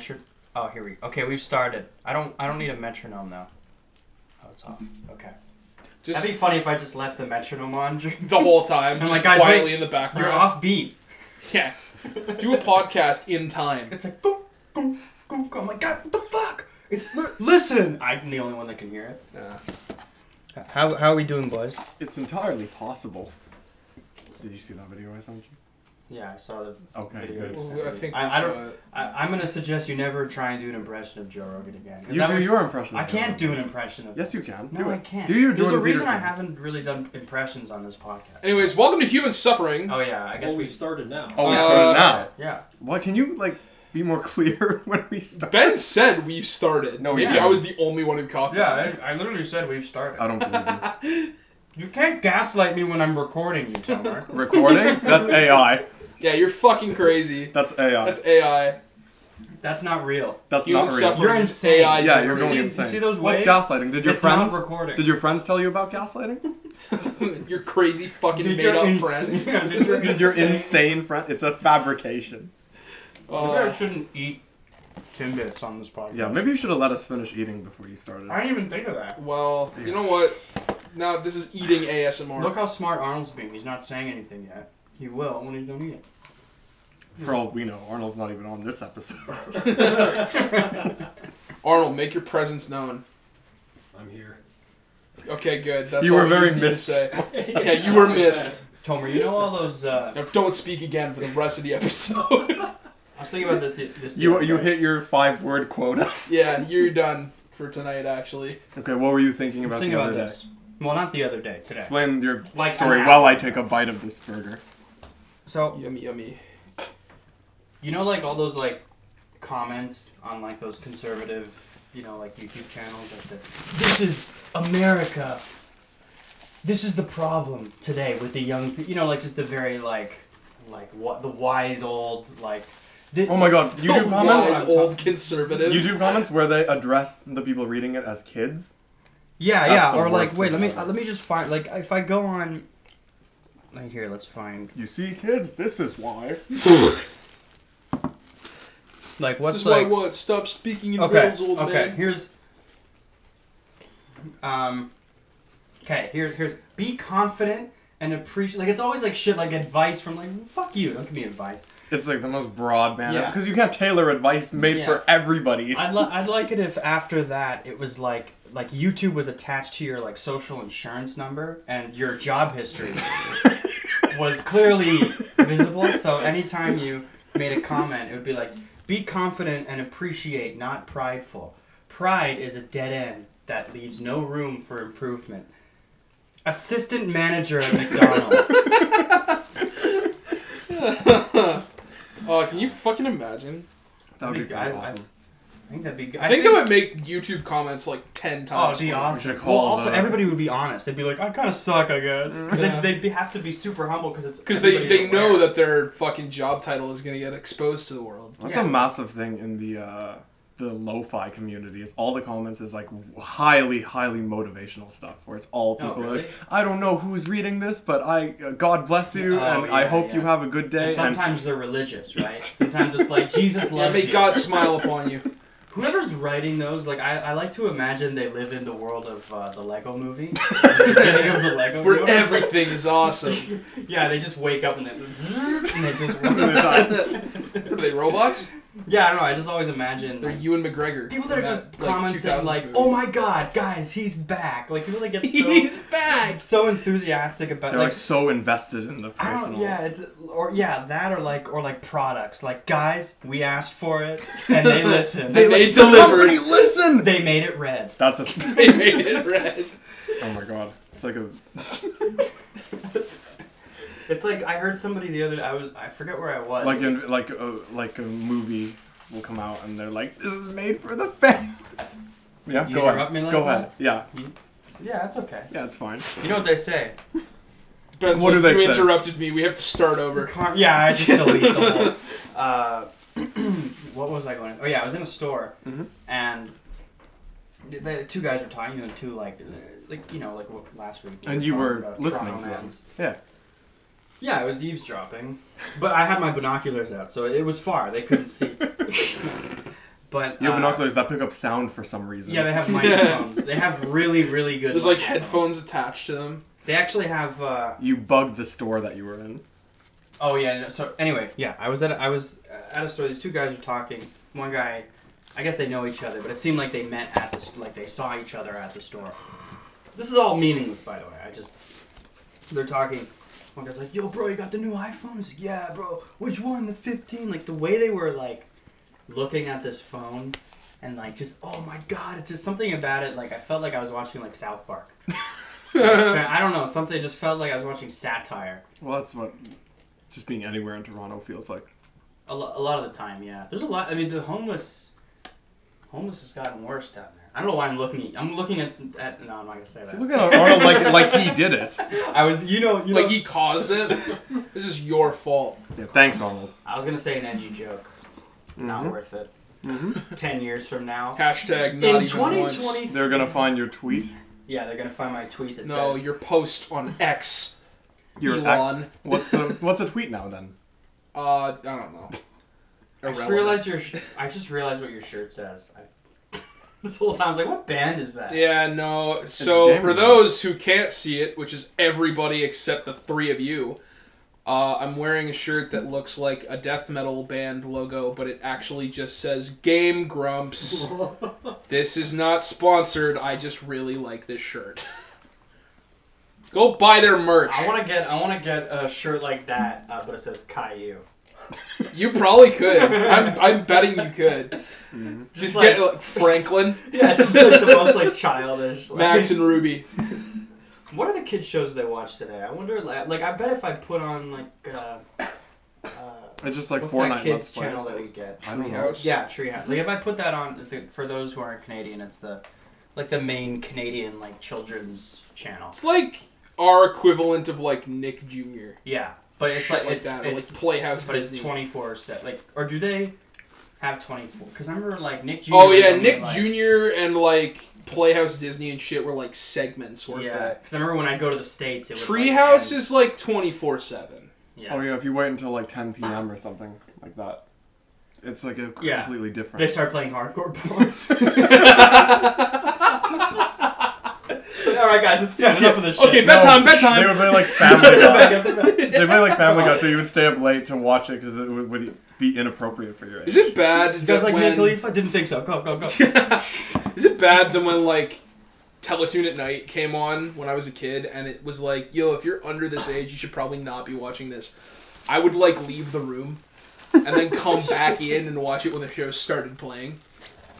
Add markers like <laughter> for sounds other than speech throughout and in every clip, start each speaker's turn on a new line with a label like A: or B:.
A: Metro- Oh, here we. Okay, we've started. I don't. I don't need a metronome though. Oh, it's off. Okay.
B: Just
A: That'd be funny if I just left the metronome on. <laughs> during-
B: the whole time,
A: I'm
B: just
A: like, guys,
B: quietly
A: wait,
B: in the background.
A: You're off beat.
B: <laughs> Yeah. Do a podcast in time.
A: It's like boom, boom, boom. I'm like, God, what the fuck? It's, li- listen. I'm the only one that can hear it.
B: Nah.
A: How How are we doing, boys?
C: It's entirely possible. Did you see that video I sent you?
A: Yeah, I saw the.
C: Okay,
A: video
C: good.
A: you sent
B: Well, I
A: me.
B: think we
A: I, I
B: saw
A: don't.
B: it.
A: I, I'm gonna suggest you never try and do an impression of Joe Rogan again. 'cause
C: You
A: that
C: do
A: was-
C: your impression.
A: I
C: of Joe
A: can't do
C: Rogan.
A: an impression of.
C: Yes, you can.
A: No,
C: do it.
A: I can't.
C: Do your
A: There's a
C: Jordan
A: reason I
C: Peterson.
A: haven't really done impressions on this podcast.
B: Anyways, welcome to Human Suffering.
A: Oh yeah, I guess
D: well, we
A: we.
D: started now.
C: Oh, we
B: Uh,
C: started
A: <laughs>
C: now.
A: Yeah.
C: Why can you like be more <laughs> clear when we start?
B: Ben said we've started.
C: No, we
B: Maybe
C: didn't.
B: I was the only one who caught that.
A: Yeah, eh? I, I literally said we've started.
C: I don't believe
A: You can't gaslight me when I'm recording you, Tomer.
C: <laughs> you. Recording? That's AI.
B: Yeah, you're fucking crazy.
C: That's AI. That's,
B: That's AI.
A: That's not real.
B: Human
C: not real.
B: Suffering
A: You're
B: is
A: insane.
B: AI
C: yeah, you're going
B: generated.
A: See-
C: insane.
A: see those
C: What's
A: waves?
C: gaslighting? Did your
A: It's not
C: friends?
A: recording.
C: Did your friends tell you about
B: <laughs>
C: gaslighting?
B: Your crazy fucking
A: <laughs> Did
B: made
A: your
B: up
A: ins- <laughs>
B: friends.
A: Yeah, did your
C: Did your insane friend? It's a fabrication.
A: Maybe I
B: <laughs> Uh,
A: shouldn't eat Timbits on this podcast.
C: Yeah, maybe you should have let us finish eating before you started.
A: I didn't even think of that.
B: well, you know what? Now this is eating ASMR.
A: Look how smart Arnold's being. He's not saying anything yet. He will when he's done eating.
C: For all we know, Arnold's not even on this episode.
B: Arnold, make your presence known.
D: I'm here.
B: Okay, good. That's
C: You were
B: all
C: very
B: need to
C: missed.
B: say. Yeah, you were
D: <laughs>
B: missed.
A: Tomer, you know all those. Uh,
B: Now don't speak again for the rest of the episode. <laughs>
A: I was thinking about the th- this.
C: You
A: theory,
C: you
A: right?
C: hit your five word quota.
B: yeah, you're done for tonight. Actually,
C: Okay, what were you thinking
A: I was
C: about
A: thinking
C: the other
A: about
C: day?
A: this. Well, not the other day. Today.
C: Explain your
A: Like
C: story
A: an
C: while I take a bite of this burger.
A: So
B: yummy, yummy.
A: You know, like all those like comments on like those conservative, you know, like YouTube channels. Like the, this is America. This is the problem today with the young, pe- you know, like just the very like, like what the wise old like. thi-
C: Oh
A: <laughs>
C: my god,
B: Oh,
C: YouTube
B: wise
C: comments?
B: old conservative.
C: YouTube comments where they address the people reading it as kids?
A: Yeah,
C: That's
A: yeah.
C: the
A: Or like,
C: worst
A: wait, let
C: thing
A: me
C: ever.
A: uh, let me just find like if I go on. Like here, let's find
C: You see, kids, this is why.
A: like
B: This
A: what's
B: is
A: like.
B: why what? Stop speaking in
A: okay,
B: riddles, old
A: okay.
B: man.
A: Here's. Um. Okay. Here's here's be confident and appreciate. Like it's always like shit like advice from like fuck you. Don't give me advice.
C: It's like the most broad man.
A: Yeah.
C: Because you can't tailor advice made
A: Yeah.
C: for everybody.
A: I'd li- I'd like it if after that it was like like YouTube was attached to your like social insurance number and your job history was clearly visible. So anytime you made a comment, it would be like be confident and appreciate, not prideful. Pride is a dead end that leaves no room for improvement. Assistant manager at McDonald's.
B: Uh, can you fucking imagine?
C: that would be
A: I-
C: pretty
A: I-
C: awesome.
A: I think that'd be good.
B: I think, that would make YouTube comments like ten
A: Oh,
B: times.
A: it'd be
B: more.
A: awesome.
C: should
A: Well,
C: call
A: also
C: the-
A: everybody would be honest. They'd be like, "I kind of suck, I guess." 'Cause
B: Mm. Yeah.
A: they'd, they'd be, have to be super humble because it's
B: Because they,
A: everybody's
B: they
A: aware.
B: know that their fucking job title is gonna get exposed to the world.
C: That's
A: Yeah.
C: a massive thing in the uh, the lo-fi community. Is all the comments is like highly, highly motivational stuff, where it's all
A: Oh,
C: people are
A: really?
C: like, "I don't know who's reading this, but I uh, God bless you,
A: Oh,
C: and
A: yeah,
C: I hope you
A: yeah.
C: have a good day."
A: And sometimes they're
B: <laughs>
A: religious, right? Sometimes it's like Jesus
B: Yeah,
A: loves
B: may
A: you.
B: God smile upon you.
A: <laughs> Whoever's writing those, like I, I like to imagine they live in the world of uh, the Lego Movie,
B: <laughs>
A: the beginning of the Lego
B: Where
A: movie.
B: everything
A: <laughs>
B: is awesome.
A: Yeah, they <laughs> just wake up and then and they
B: <laughs>
A: just.
C: And
B: What are they robots?
A: yeah, I don't know. I just always imagine
B: They're
A: like,
B: Ewan McGregor.
A: people that are
B: in
A: just
B: like,
A: commenting
B: 2000s
A: like,
B: movie.
A: "Oh my God, guys, he's back!" Like people that get so <laughs>
B: <laughs> he's back.
A: so enthusiastic about
C: they're like so invested in the
A: I
C: personal.
A: don't, yeah, it's or yeah, that or like or like products. Like guys, we asked for it and <laughs> they listened.
B: They
A: they,
B: made
C: the
B: delivered.
C: company listen.
A: made it red.
C: That's a.
A: <laughs>
B: They made it red.
C: Oh my god, it's like a.
A: It's like I heard somebody the other I was I forget where I was.
C: like in like a like a movie will come out and they're like, "This is made for the fans." Yeah,
A: You
C: go ahead.
A: interrupt me like
C: go
A: that?
C: ahead. Yeah,
A: yeah, that's okay.
C: yeah, it's fine.
A: You know what they say?
B: Ben's like,
C: What do they
B: you
C: say?"
B: interrupted me. We have to start over.
A: Con- yeah, I just delete the <laughs> whole. Uh, <clears throat> what was I going? Oh yeah, I was in a store
C: Mhm.
A: and the, the two guys were talking. You know, two like uh, like you know like what- last week. we
C: And you
A: talking
C: were
A: about
C: listening
A: Toronto
C: to them.
A: Man's.
C: Yeah.
A: Yeah, I was
B: <laughs>
A: eavesdropping, but I had my binoculars out, so it was far. They couldn't see. But
C: You
A: uh,
C: have binoculars that pick up sound for some reason.
A: Yeah, they have
C: <laughs>
B: Yeah.
A: microphones. They have really, really good.
B: There's like
A: microphones.
B: headphones attached to them.
A: They actually have. Uh,
C: You bugged the store that you were in.
A: oh yeah. no, So anyway, yeah, I was at a, I was at a store. These two guys were talking. One guy, I guess they know each other, but it seemed like they met at the st- like they saw each other at the store. This is all meaningless, by the way. I just they're talking. One guy's like, "Yo, bro, you got the new iPhone?" He's like, "Yeah, bro. Which one? The 15?" Like the way they were like looking at this phone and like just, "Oh my god!" It's just something about it. Like I felt like I was watching like South Park. I don't know. Something it just felt like I was watching satire.
C: Well, that's what just being anywhere in Toronto feels like.
A: A, lo- a lot of the time, yeah. There's a lot. I mean, the homeless, homeless has gotten worse down there. I don't know why I'm looking. At, I'm looking at, at. No, I'm not gonna say that.
C: Look at Arnold like like he did it.
A: <laughs> I was, you know, you
B: like
A: know,
B: he
A: <laughs>
B: caused it. this is your fault.
C: Yeah, thanks, Arnold.
A: I was gonna say an edgy joke. Not
C: Mm-hmm.
A: worth it. <laughs> Ten years from now.
B: Hashtag
A: In
B: not even
A: 2020,
B: once.
C: They're gonna find your tweet.
A: yeah, they're gonna find my tweet that
B: No,
A: says
B: your post on X,
C: Your ac-
B: Elon.
C: what's the what's a tweet now then?
B: uh, I don't
A: I
B: know.
A: just
B: Irrelevant.
A: realized your. Sh- I just realized what your shirt says. I, <laughs> this whole time I was like, what band is that?
B: Yeah, no. So
C: damn
B: for
C: right.
B: those who can't see it, which is everybody except the three of you, uh, I'm wearing a shirt that looks like a death metal band logo, but it actually just says Game Grumps. this is not sponsored. I just really like this shirt. Go buy their merch.
A: I want to get. I want to get a shirt like that, uh, but it says
B: <laughs>
A: Caillou.
B: You
A: <laughs>
B: probably could. I'm, I'm betting you could.
A: Mhm.
B: Just,
A: like-
B: get like Franklin,
A: Yeah, it's just
B: <laughs>
A: like the most like childish. Like,
B: Max, and Ruby.
A: What are the kids shows they watch today? I wonder. Like, like, I bet if I put on like uh, uh,
C: It's just like
A: what's
C: Fortnite
A: that kids
C: Let's
A: channel
C: Plays.
A: that we get?
C: I don't know.
B: Treehouse.
A: Yeah, Treehouse. Like if I put that on, is it, for those who aren't Canadian, it's the like the main Canadian like children's channel.
B: It's like our equivalent of like Nick Jr.
A: Yeah, but it's like,
B: like
A: it's,
B: that, or,
A: it's
B: like Playhouse
A: but it's
B: Disney.
A: twenty four set. Like, or do they have twenty four? Because I remember like Nick Jr.
B: oh
A: was
B: yeah,
A: only,
B: Nick
A: like-
B: Jr. and like Playhouse Disney and shit were like segments. Were
A: Yeah,
B: that
A: because I remember when I go to the states, it was
B: Treehouse
A: like,
B: is like twenty four seven.
A: yeah.
C: Oh yeah, if you wait until like 10 p.m. or something like that, it's like a
A: Yeah.
C: completely different.
A: They start playing
B: <laughs>
A: hardcore porn. All right, guys, it's time enough of this shit.
B: Okay, <laughs> bedtime,
C: They
B: bedtime.
C: would play like
A: <laughs>
C: Family Guy.
A: It's
C: they play like Family Guy, so you would stay up late to watch it because it would, would be inappropriate for your age.
B: Is it bad that
A: like Nick
B: when?
A: Khalifa? Didn't think so. Go, go, go.
B: <laughs> Is it bad that when like Teletoon at Night came on when I was a kid and it was like, yo, if you're under this age, you should probably not be watching this. I would like leave the room and then come back in and watch it when the show started playing.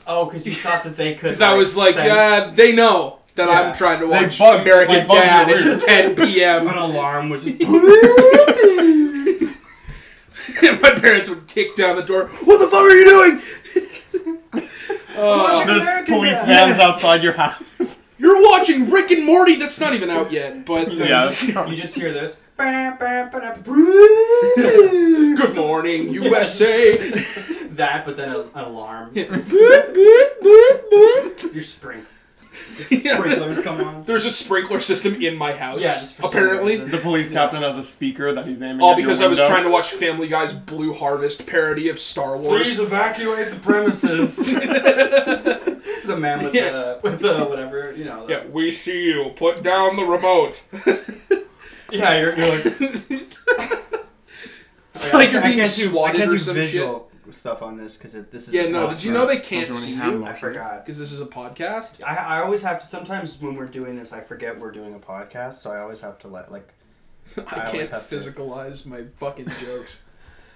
A: Oh, because you thought that they could.
B: <laughs> Because I was like, yeah, they know that
A: Yeah.
B: I'm trying to watch
C: bug- they
B: American
C: bug
B: Dad
C: your
B: at
C: ears.
B: 10
A: an <laughs>
B: p.m.
A: alarm was.
B: <laughs> and my parents would kick down the door. What the fuck are you doing? <laughs>
A: Watch
B: Oh,
A: it.
C: <laughs> There's
A: American
C: police
A: Dad.
C: vans outside your house.
B: <laughs> you're watching Rick and Morty. That's not even out yet, <laughs> but
C: Yeah.
A: You just hear this.
B: <laughs> Good morning, USA.
A: That, but then an alarm. Your
B: <laughs>
A: spring. Sprinklers come on.
B: <laughs> There's a sprinkler system in my house.
A: Yeah, just for some
B: apparently.
A: reason.
C: <laughs> The police captain has a speaker that he's aiming.
B: All
C: at your
B: Oh, because I was
C: window.
B: trying to watch Family Guy's Blue Harvest parody of Star
A: Please
B: Wars.
A: evacuate the
B: <laughs>
A: premises. <laughs> It's a man with
B: Yeah.
A: the with the whatever you know. the-
B: Yeah, we see you. Put down the remote.
A: yeah, you're, you're
B: <laughs>
A: like Oh,
B: It's like you're
A: I
B: being
A: can't do- I
B: swatted
A: can't
B: or
A: do
B: some shit.
A: visual stuff on this because this is
B: Yeah, no.
A: impossible.
B: Did you know they
C: Don't
B: can't
C: do any
B: see
C: hand
B: you?
A: I
C: motions.
A: forgot.
B: Because this is a podcast. <laughs>
A: I, I always have to. Sometimes when we're doing this, I forget we're doing a podcast, so I always have to let like I
B: I
A: always
B: can't
A: have to-
B: physicalize my fucking jokes.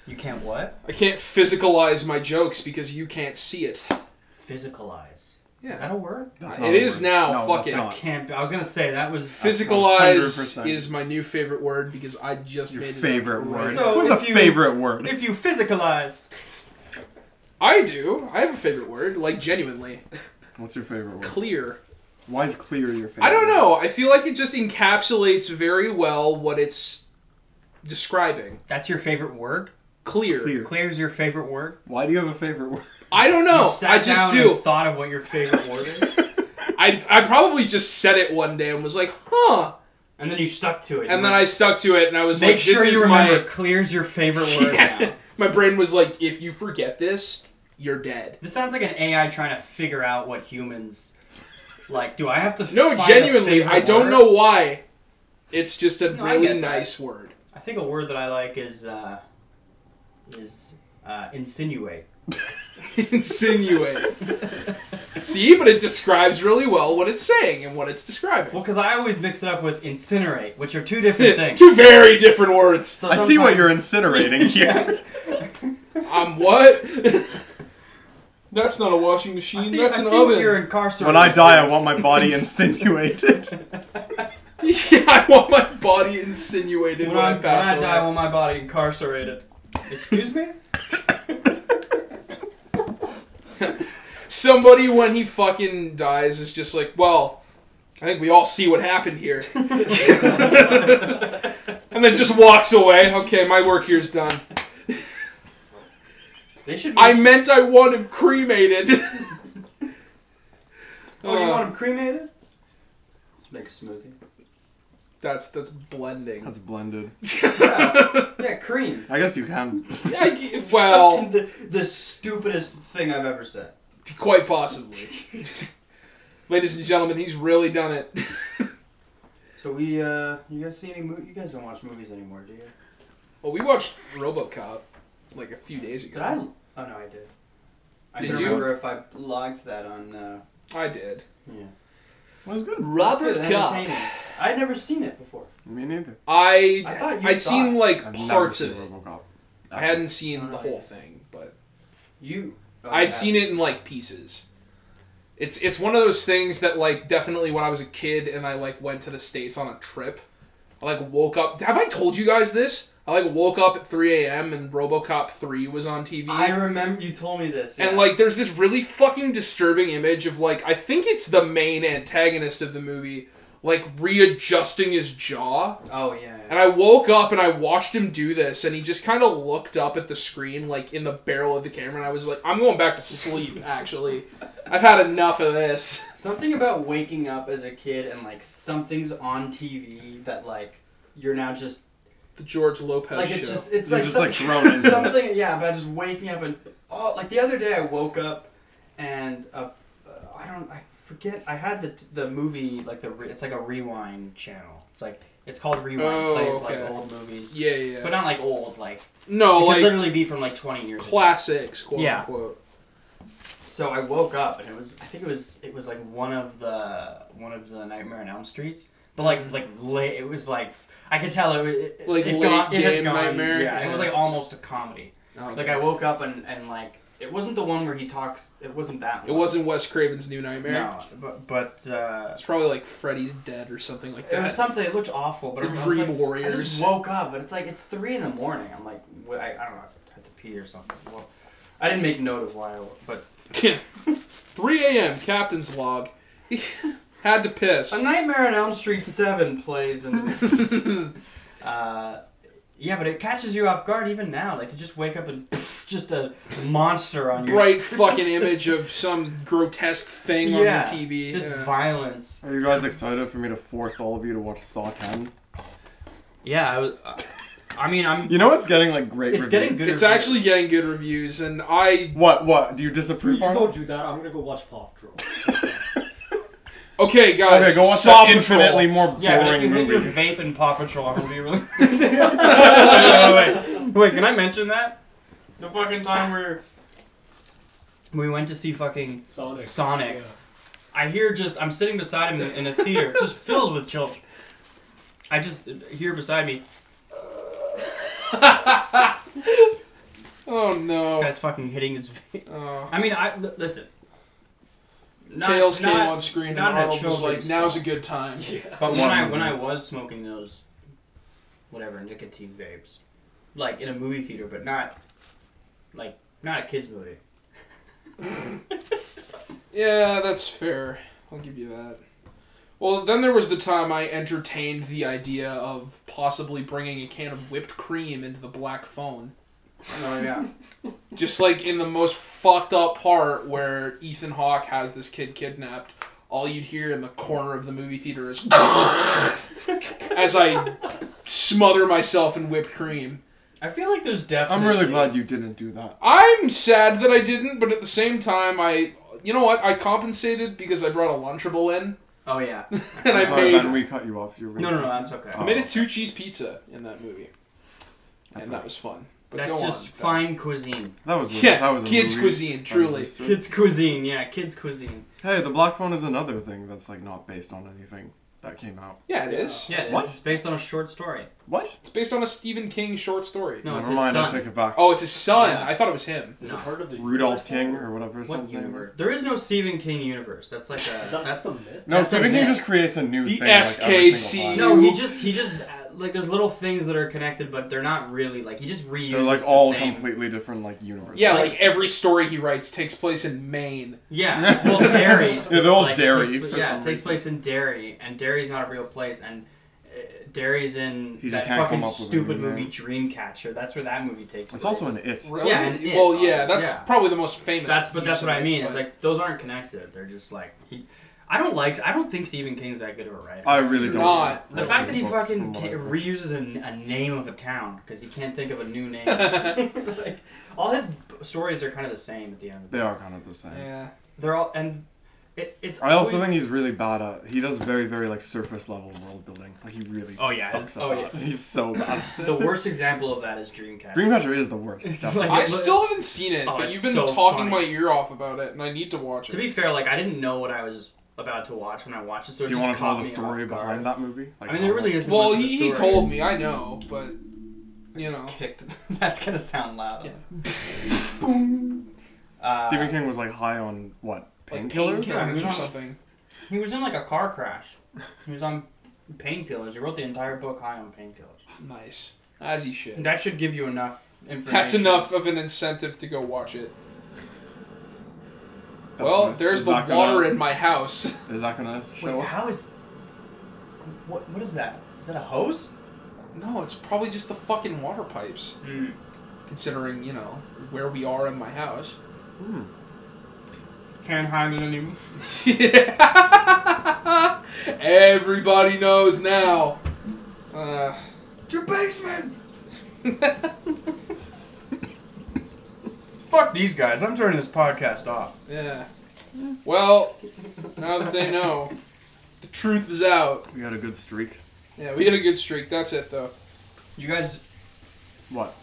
A: you can't what
B: I can't physicalize my jokes because you can't see it.
A: physicalize. Is that
B: Yeah,
A: a word?
C: That's
B: It
C: not a
B: is
C: word.
B: now,
C: No,
B: fuck
C: that's
B: it.
A: I
C: not.
A: can't. I was gonna say that was.
B: physicalize
C: 100%.
B: is my new favorite word because I just
C: Your
B: made it up
C: favorite
B: right
C: word.
A: So
C: What's
A: if
C: a
A: you-
C: favorite word?
A: if you physicalize,
B: I do. I have a favorite word, like genuinely.
C: What's your
B: <laughs>
C: favorite word?
B: Clear.
C: Why is clear your favorite?
B: I don't
C: word?
B: know. I feel like it just encapsulates very well what it's describing.
A: that's your favorite word.
B: Clear.
C: Clear.
A: Clear's your favorite word.
C: Why do you have a favorite
B: <laughs>
C: word?
B: I don't
A: You
B: know.
A: sat
B: I just
A: down and
B: do.
A: thought of what your favorite word is,
B: I, I probably just said it one day and was like, huh.
A: and then you stuck to it.
B: And then I stuck to it and I was
A: make
B: like,
A: sure
B: this
A: you
B: is
A: remember.
B: my. <laughs>
A: Clear's your favorite word.
B: Yeah.
A: now.
B: My brain was like, if you forget this, you're dead.
A: This sounds like an AI trying to figure out what humans like. Do I have to?
B: No,
A: find a
B: genuinely,
A: favorite
B: I don't
A: word?
B: know why. It's just a
A: No, I
B: really
A: get that.
B: nice word. <laughs>
A: I think a word that I like is uh, is uh,
B: <laughs>
A: insinuate.
B: Insinuate. See, but it describes really well what it's saying and what it's
A: Well,
B: describing.
A: because I always mix it up with incinerate, which are two
B: <laughs>
A: different things.
B: Two very different words.
A: So
C: I see what you're
A: sometimes- <laughs>
C: incinerating here.
B: I'm what? <laughs> That's not a washing machine.
A: I see,
B: that's
A: I
B: an
A: see
B: oven.
A: what you're incarcerated.
C: When I die, I
A: with.
C: want my body insinuated.
B: <laughs> yeah, I want my body insinuated <laughs> when,
A: When,
B: I
A: I'm, when
B: pass
A: I
B: away.
A: die, I want my body incarcerated. Excuse
B: <laughs>
A: me? <laughs>
B: Somebody when he fucking dies is just like, well, I think we all see what
A: <laughs>
B: happened here, and then just walks away. Okay, my work here's done.
A: They should. Be,
B: I meant I want him
C: <laughs>
B: cremated.
A: oh, you
B: Uh,
A: want them cremated? Make a smoothie.
B: That's that's blending.
C: That's blended.
A: Yeah, <laughs> yeah cream.
C: I guess you can.
B: I g-
A: <laughs>
B: well,
A: the, the stupidest thing I've ever said.
B: quite possibly. <laughs> Ladies and gentlemen, he's really done it.
A: So we, uh, you guys see any movies? You guys don't watch movies anymore, do you?
B: well, we watched RoboCop like a few days ago.
A: Did I? Oh no, I did. I
B: Did
A: can
B: you?
A: remember if I logged that on. Uh,
B: I did.
A: yeah.
C: Well, it's good.
B: Robert
A: It's good,
B: Cop.
A: entertaining. I'd never seen it before.
C: Me neither.
B: I
A: I thought you
B: I'd
A: saw
B: seen
A: it.
B: like
C: I've never
B: parts
C: seen
B: of it.
C: RoboCop.
B: I hadn't seen the
A: Oh,
B: whole
A: yeah.
B: thing, but
A: You. oh,
B: I'd
A: yeah.
B: seen it in like pieces. It's it's one of those things that like definitely when I was a kid and I like went to the states on a trip, I like woke up. Have I told you guys this? I like woke up at 3 a.m. and RoboCop 3 was on TV.
A: I remember you told me this.
B: And
A: yeah.
B: like, there's this really fucking disturbing image of like, I think it's the main antagonist of the movie, like readjusting his jaw.
A: Oh yeah. yeah.
B: And I woke up and I watched him do this, and he just kind of looked up at the screen, like in the barrel of the camera, and I was like, I'm going back to sleep,
A: <laughs>
B: actually. I've had enough of this.
A: Something about waking up as a kid and like something's on TV that like you're now just
B: The George Lopez
A: like
B: show.
A: it's just it's
C: You're
A: like
C: just,
A: some-
C: like, thrown
A: <laughs>
C: into it.
A: something yeah about just waking up and oh like the other day I woke up and uh, uh, I don't I forget I had the the movie like the re, it's like a rewind channel it's like it's called rewind
B: Oh,
A: it plays
B: okay.
A: like old movies
B: Yeah, yeah. yeah.
A: but not like old like it
B: no,
A: could
B: like
A: literally be from like 20 years ago.
B: classics, quote
A: Yeah.
B: unquote.
A: So I woke up and it was I think it was it was like one of the one of the Nightmare on Elm Streets, but like
B: Mhm.
A: like late. It was like I could tell it was it,
B: Like
A: it
B: late
A: got, it had
B: game
A: gone-
B: Nightmare?
A: Yeah, it was
B: Yeah.
A: like almost a comedy.
B: Oh, Okay.
A: Like I woke up and and like it wasn't the one where he talks. It wasn't that.
B: it
A: one.
B: wasn't Wes Craven's New Nightmare.
A: No, but but uh,
B: It's probably like Freddy's Dead or something like
A: it was
B: that.
A: something. It looked awful, but
B: The
A: I remember
B: Dream
A: I was like, I
B: Warriors.
A: just
B: <laughs>
A: woke up and it's like it's three in the morning. I'm like wh- I, I don't know. I had to pee or something. Well, I didn't make note of why, I, woke- but
B: 3 a.m. Captain's log. <laughs> Had to piss.
A: A Nightmare on Elm Street Seven plays, and <laughs> uh, yeah, but it catches you off guard even now. Like you just wake up and <laughs> pff, just a monster on your <laughs>
B: bright fucking image of some grotesque thing
A: yeah,
B: on the TV.
A: just
B: Yeah.
A: violence.
C: Are you guys excited for me to force all of you to watch Saw 10?
A: Yeah, I was. Uh, I mean, I'm.
C: You know it's getting like great
A: It's
C: reviews.
A: getting good.
B: it's actually getting good reviews, and I
C: What? What? Do you
D: You
C: disapprove?
D: go
C: Arnold?
D: do that. I'm gonna go watch Paw Patrol.
B: okay, guys,
C: Okay, go watch
B: Saw
C: that
B: Patrol.
C: infinitely more boring
A: Yeah, but if you hit your
C: movie.
A: vape and Paw Patrol, I'm gonna be really. <laughs> wait, wait, wait, can I mention that? The fucking time where we went to see fucking
D: Sonic.
A: Sonic.
D: Yeah.
A: I hear just I'm sitting beside him in a theater, just filled with children. I just hear beside me,
B: Oh no!
A: guy's fucking hitting his. Face.
B: Oh.
A: I mean, I l- listen. Not,
B: Tails came
A: not-
B: on screen, and
A: not in a
B: Arnold was like,
A: children's
B: "Now's a
A: film.
B: good time."
A: But when I
C: One
A: when I
C: movie.
A: was smoking those, whatever nicotine vapes, like in a movie theater, but not, like not a kids movie.
B: Yeah, that's fair. I'll give you that. Well, then there was the time I entertained the idea of possibly bringing a can of whipped cream into the black phone.
A: No, <laughs> yeah.
B: Just like in the most fucked up part where Ethan Hawke has this kid kidnapped, all you'd hear in the corner of the movie theater is <laughs> as I smother myself in whipped cream.
A: I feel like there's definitely.
C: I'm really glad you didn't do that.
B: I'm sad that I didn't, but at the same time, I you know what? I compensated because I brought a Lunchable in, <laughs>
A: Oh yeah.
B: and I
C: Sorry,
B: made
C: Ben, we cut you off. You were gonna
A: No, no,
C: say
A: no,
C: something.
A: that's okay.
B: I made a two cheese pizza in that movie, and that was fun. But
A: That's
B: go
A: just
B: on.
A: fine cuisine.
C: That was a,
B: Yeah,
C: that was a
B: kids'
C: movie.
B: cuisine,
C: That
B: truly.
C: was a strip.
A: Kids cuisine, yeah, kids cuisine.
C: Hey, the block phone is another thing that's like not based on anything that came out.
B: Yeah, it is.
A: Yeah, it is.
C: What?
A: It's based on a short story.
C: What?
B: It's based on a Stephen King short story.
A: No, it's
C: Never
A: his
C: mind. I
A: son.
C: take it back.
B: Oh, it's his son.
A: Yeah.
B: I thought it was him.
D: Is
A: No.
D: it part of the
C: Rudolph
D: universe
C: King
D: now?
C: or whatever his
A: What
C: son's name
A: universe?
C: is.
A: There is no Stephen King universe. That's like a.
D: Is that
A: that's
D: just a myth?
C: No,
A: That's
C: Stephen
A: a
C: King
A: myth.
C: just creates a new
B: The
C: thing. like, every single
B: SKC.
A: <laughs>
C: time.
A: No,
C: <laughs>
A: he just he just uh, like there's little things that are connected, but they're not really like he just reuses.
C: They're like
A: the
C: all
A: same.
C: completely different like universes.
B: Yeah,
A: Like-
B: like every story he writes takes place in Maine.
C: <laughs>
A: Yeah, well, Derry.
C: Yeah, they're all
A: like,
C: Derry
A: Takes,
C: for
A: yeah,
C: some
A: it takes
C: reason.
A: place in Derry, and Derry's not a real place, and uh, Derry's in
C: He just
A: that
C: can't
A: fucking
C: come up with a
A: stupid
C: new
A: movie
C: name.
A: Dreamcatcher. That's where that movie takes.
C: It's
A: place.
C: also an it.
B: Really?
A: Yeah, and it-
B: well, yeah, that's
A: yeah.
B: probably the most famous.
A: That's but that's
B: use
A: what
B: of
A: I
B: it,
A: mean. It's
B: but-
A: like those aren't connected. They're just like he. I don't like. I don't think Stephen King's that good of a writer.
C: I really
B: It's
C: don't.
B: not.
A: the
C: read
A: fact that
C: his
A: he
C: books
A: fucking
C: from what
A: ca-
C: I've read.
A: reuses a, a name of a town because he can't think of a new
C: <laughs>
A: name. like, all his b- stories are kind of the same at the end. Of the
C: They are kind of the same.
B: yeah.
A: They're all and it, it's.
C: I also
A: always-
C: think he's really bad at. He does very, very like surface level world building. Like he really.
A: Oh, yeah, it's-
C: Sucks at
A: oh,
C: that. He's so
A: <laughs>
C: bad.
A: the worst example of that is Dreamcatcher.
C: Dreamcatcher is the worst. definitely.
A: like-
B: I
A: it look-
B: still haven't seen it,
A: Oh,
B: but
A: it's
B: you've
A: so
B: been talking
A: funny.
B: my ear off about it, and I need to watch it.
A: to be fair, like I didn't know what I was about to watch when I watched it. So
C: Do
A: it
C: you
A: just
C: want to tell
A: caught me
C: the story
A: off guard.
C: behind that movie? Like,
A: I mean, there
C: how-
A: really isn't.
B: well,
A: much of a
B: he, he
A: story.
B: told me. I know, but you know,
A: kicked. <laughs> That's gonna sound loud.
B: Yeah.
C: <laughs>
A: Uh,
C: Stephen King was like high on what
B: like
C: painkillers.
A: Yeah, he
B: painkillers
A: was
B: or
A: on-
B: something.
A: He was in like a car crash. He was on painkillers. He wrote the entire book high on painkillers.
B: Nice, as he should.
A: That should give you enough information.
B: That's enough of an incentive to go watch it.
C: That's
B: Well,
C: nice.
B: there's
C: Is
B: the
C: that
B: water
C: Gonna,
B: in my house. <laughs>
C: is that gonna
A: Wait,
C: show up?
A: how is? What what is that? Is that a hose?
B: No, it's probably just the fucking water pipes.
A: Hmm.
B: Considering you know where we are in my house. <laughs>
C: Hmm.
A: Can't hide it anymore.
B: Everybody knows now. Uh,
A: It's your basement. Fuck these guys. I'm turning this podcast off.
B: yeah. Well, now that they know, the truth is out.
C: We had a good streak.
B: Yeah, we had a good streak. That's it, though. <laughs>
A: You guys,
C: What?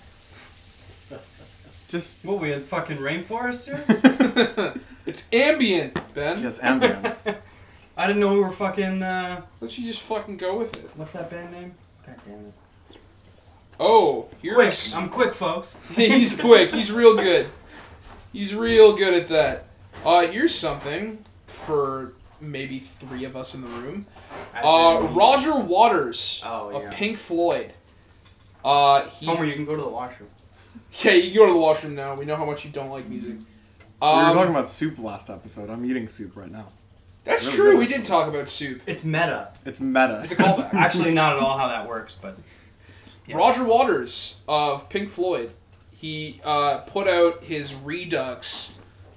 C: Just
A: what we in fucking rainforest here?
C: <laughs>
B: it's ambient, Ben.
C: yeah, it's ambience.
A: I didn't know we were fucking. Uh,
B: Don't you just fucking go with it?
A: what's that band name? God damn it.
B: Oh, you're
A: Quick, I'm quick, folks.
B: <laughs> he's quick. He's real good. He's real good at that. Uh, here's something for maybe three of us in the room. Uh, Roger Waters
A: Oh,
B: of
A: yeah.
B: Pink Floyd. Uh, he,
A: Homer, you can go to the washroom.
B: yeah, you can go to the washroom now. We know how much you don't like music. Um,
C: we were talking about soup last episode. I'm eating soup right now.
B: that's
C: really
B: true.
C: good.
B: We did talk about soup.
A: It's meta.
C: It's meta.
B: It's a
C: <laughs>
B: callback.
A: Actually, not at all how that works, but Yeah.
B: Roger Waters of Pink Floyd, he uh, put out his redux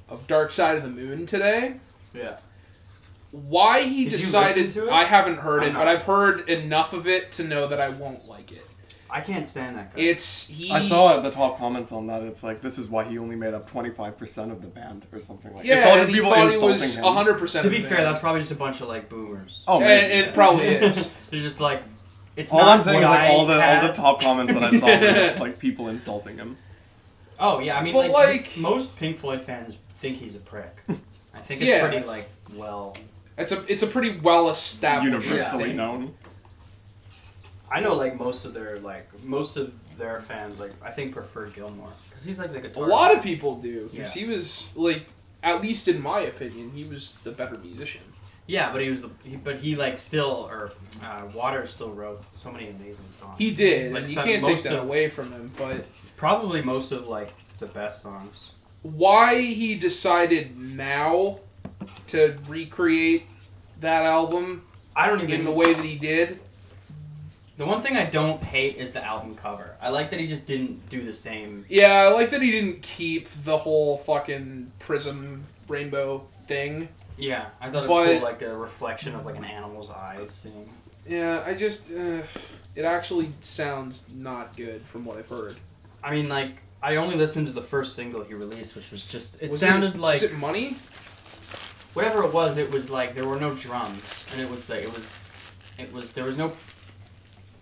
B: of Dark Side of the Moon today.
A: yeah.
B: Why he
A: Did you
B: decided
A: listen to it?
B: I haven't heard
A: I'm
B: it,
A: not.
B: but I've heard enough of it to know that I won't like it.
A: I can't stand that guy.
B: It's he
C: I saw the top comments on that. It's like this is why he only made up 25% of the band or something like.
B: Yeah,
C: it's all just
B: and he
C: people
B: thought he
C: insulting
B: was
C: him.
B: 100%
A: to be
B: of it.
A: fair, that's probably just a bunch of like boomers.
C: Oh man,
B: And
A: <laughs>
B: it probably is.
A: They're just like, it's
C: all
A: not
C: I'm saying
A: what
C: is like
A: I
C: all the all the
A: had.
C: top comments that I saw were just like people insulting
B: <laughs>
C: him.
A: Oh yeah, I mean,
B: But,
A: like,
B: like-
A: most Pink Floyd fans think he's a prick. I think it's
B: Yeah.
A: pretty like well.
B: It's a it's a pretty well established
C: Universally
B: thing.
C: known.
A: I know like most of their like most of their fans like I think prefer Gilmore because he's like the
B: A
A: guitar.
B: lot of people do because
A: Yeah.
B: he was like, at least in my opinion, he was the better musician.
A: Yeah, but he was the he, but he like still or uh, Waters still wrote so many amazing songs.
B: He did,
A: Like
B: and you
A: some-
B: can't take
A: most
B: that
A: of-
B: away from him. But
A: probably most of like the best songs.
B: why he decided now to recreate that album
A: I don't even
B: in the way that he did?
A: The one thing I don't hate is the album cover. I like that he just didn't do the same.
B: Yeah, I like that he didn't keep the whole fucking prism rainbow thing.
A: Yeah, I thought it
B: But-
A: was cool, like a reflection of like an animal's eye seeing.
B: Yeah, I just uh, it actually sounds not good from what I've heard.
A: I mean, like I only listened to the first single he released, which was just it
B: Was
A: sounded like
B: Was it money?
A: whatever it was. It was like there were no drums, and it was like it was, it was there was no.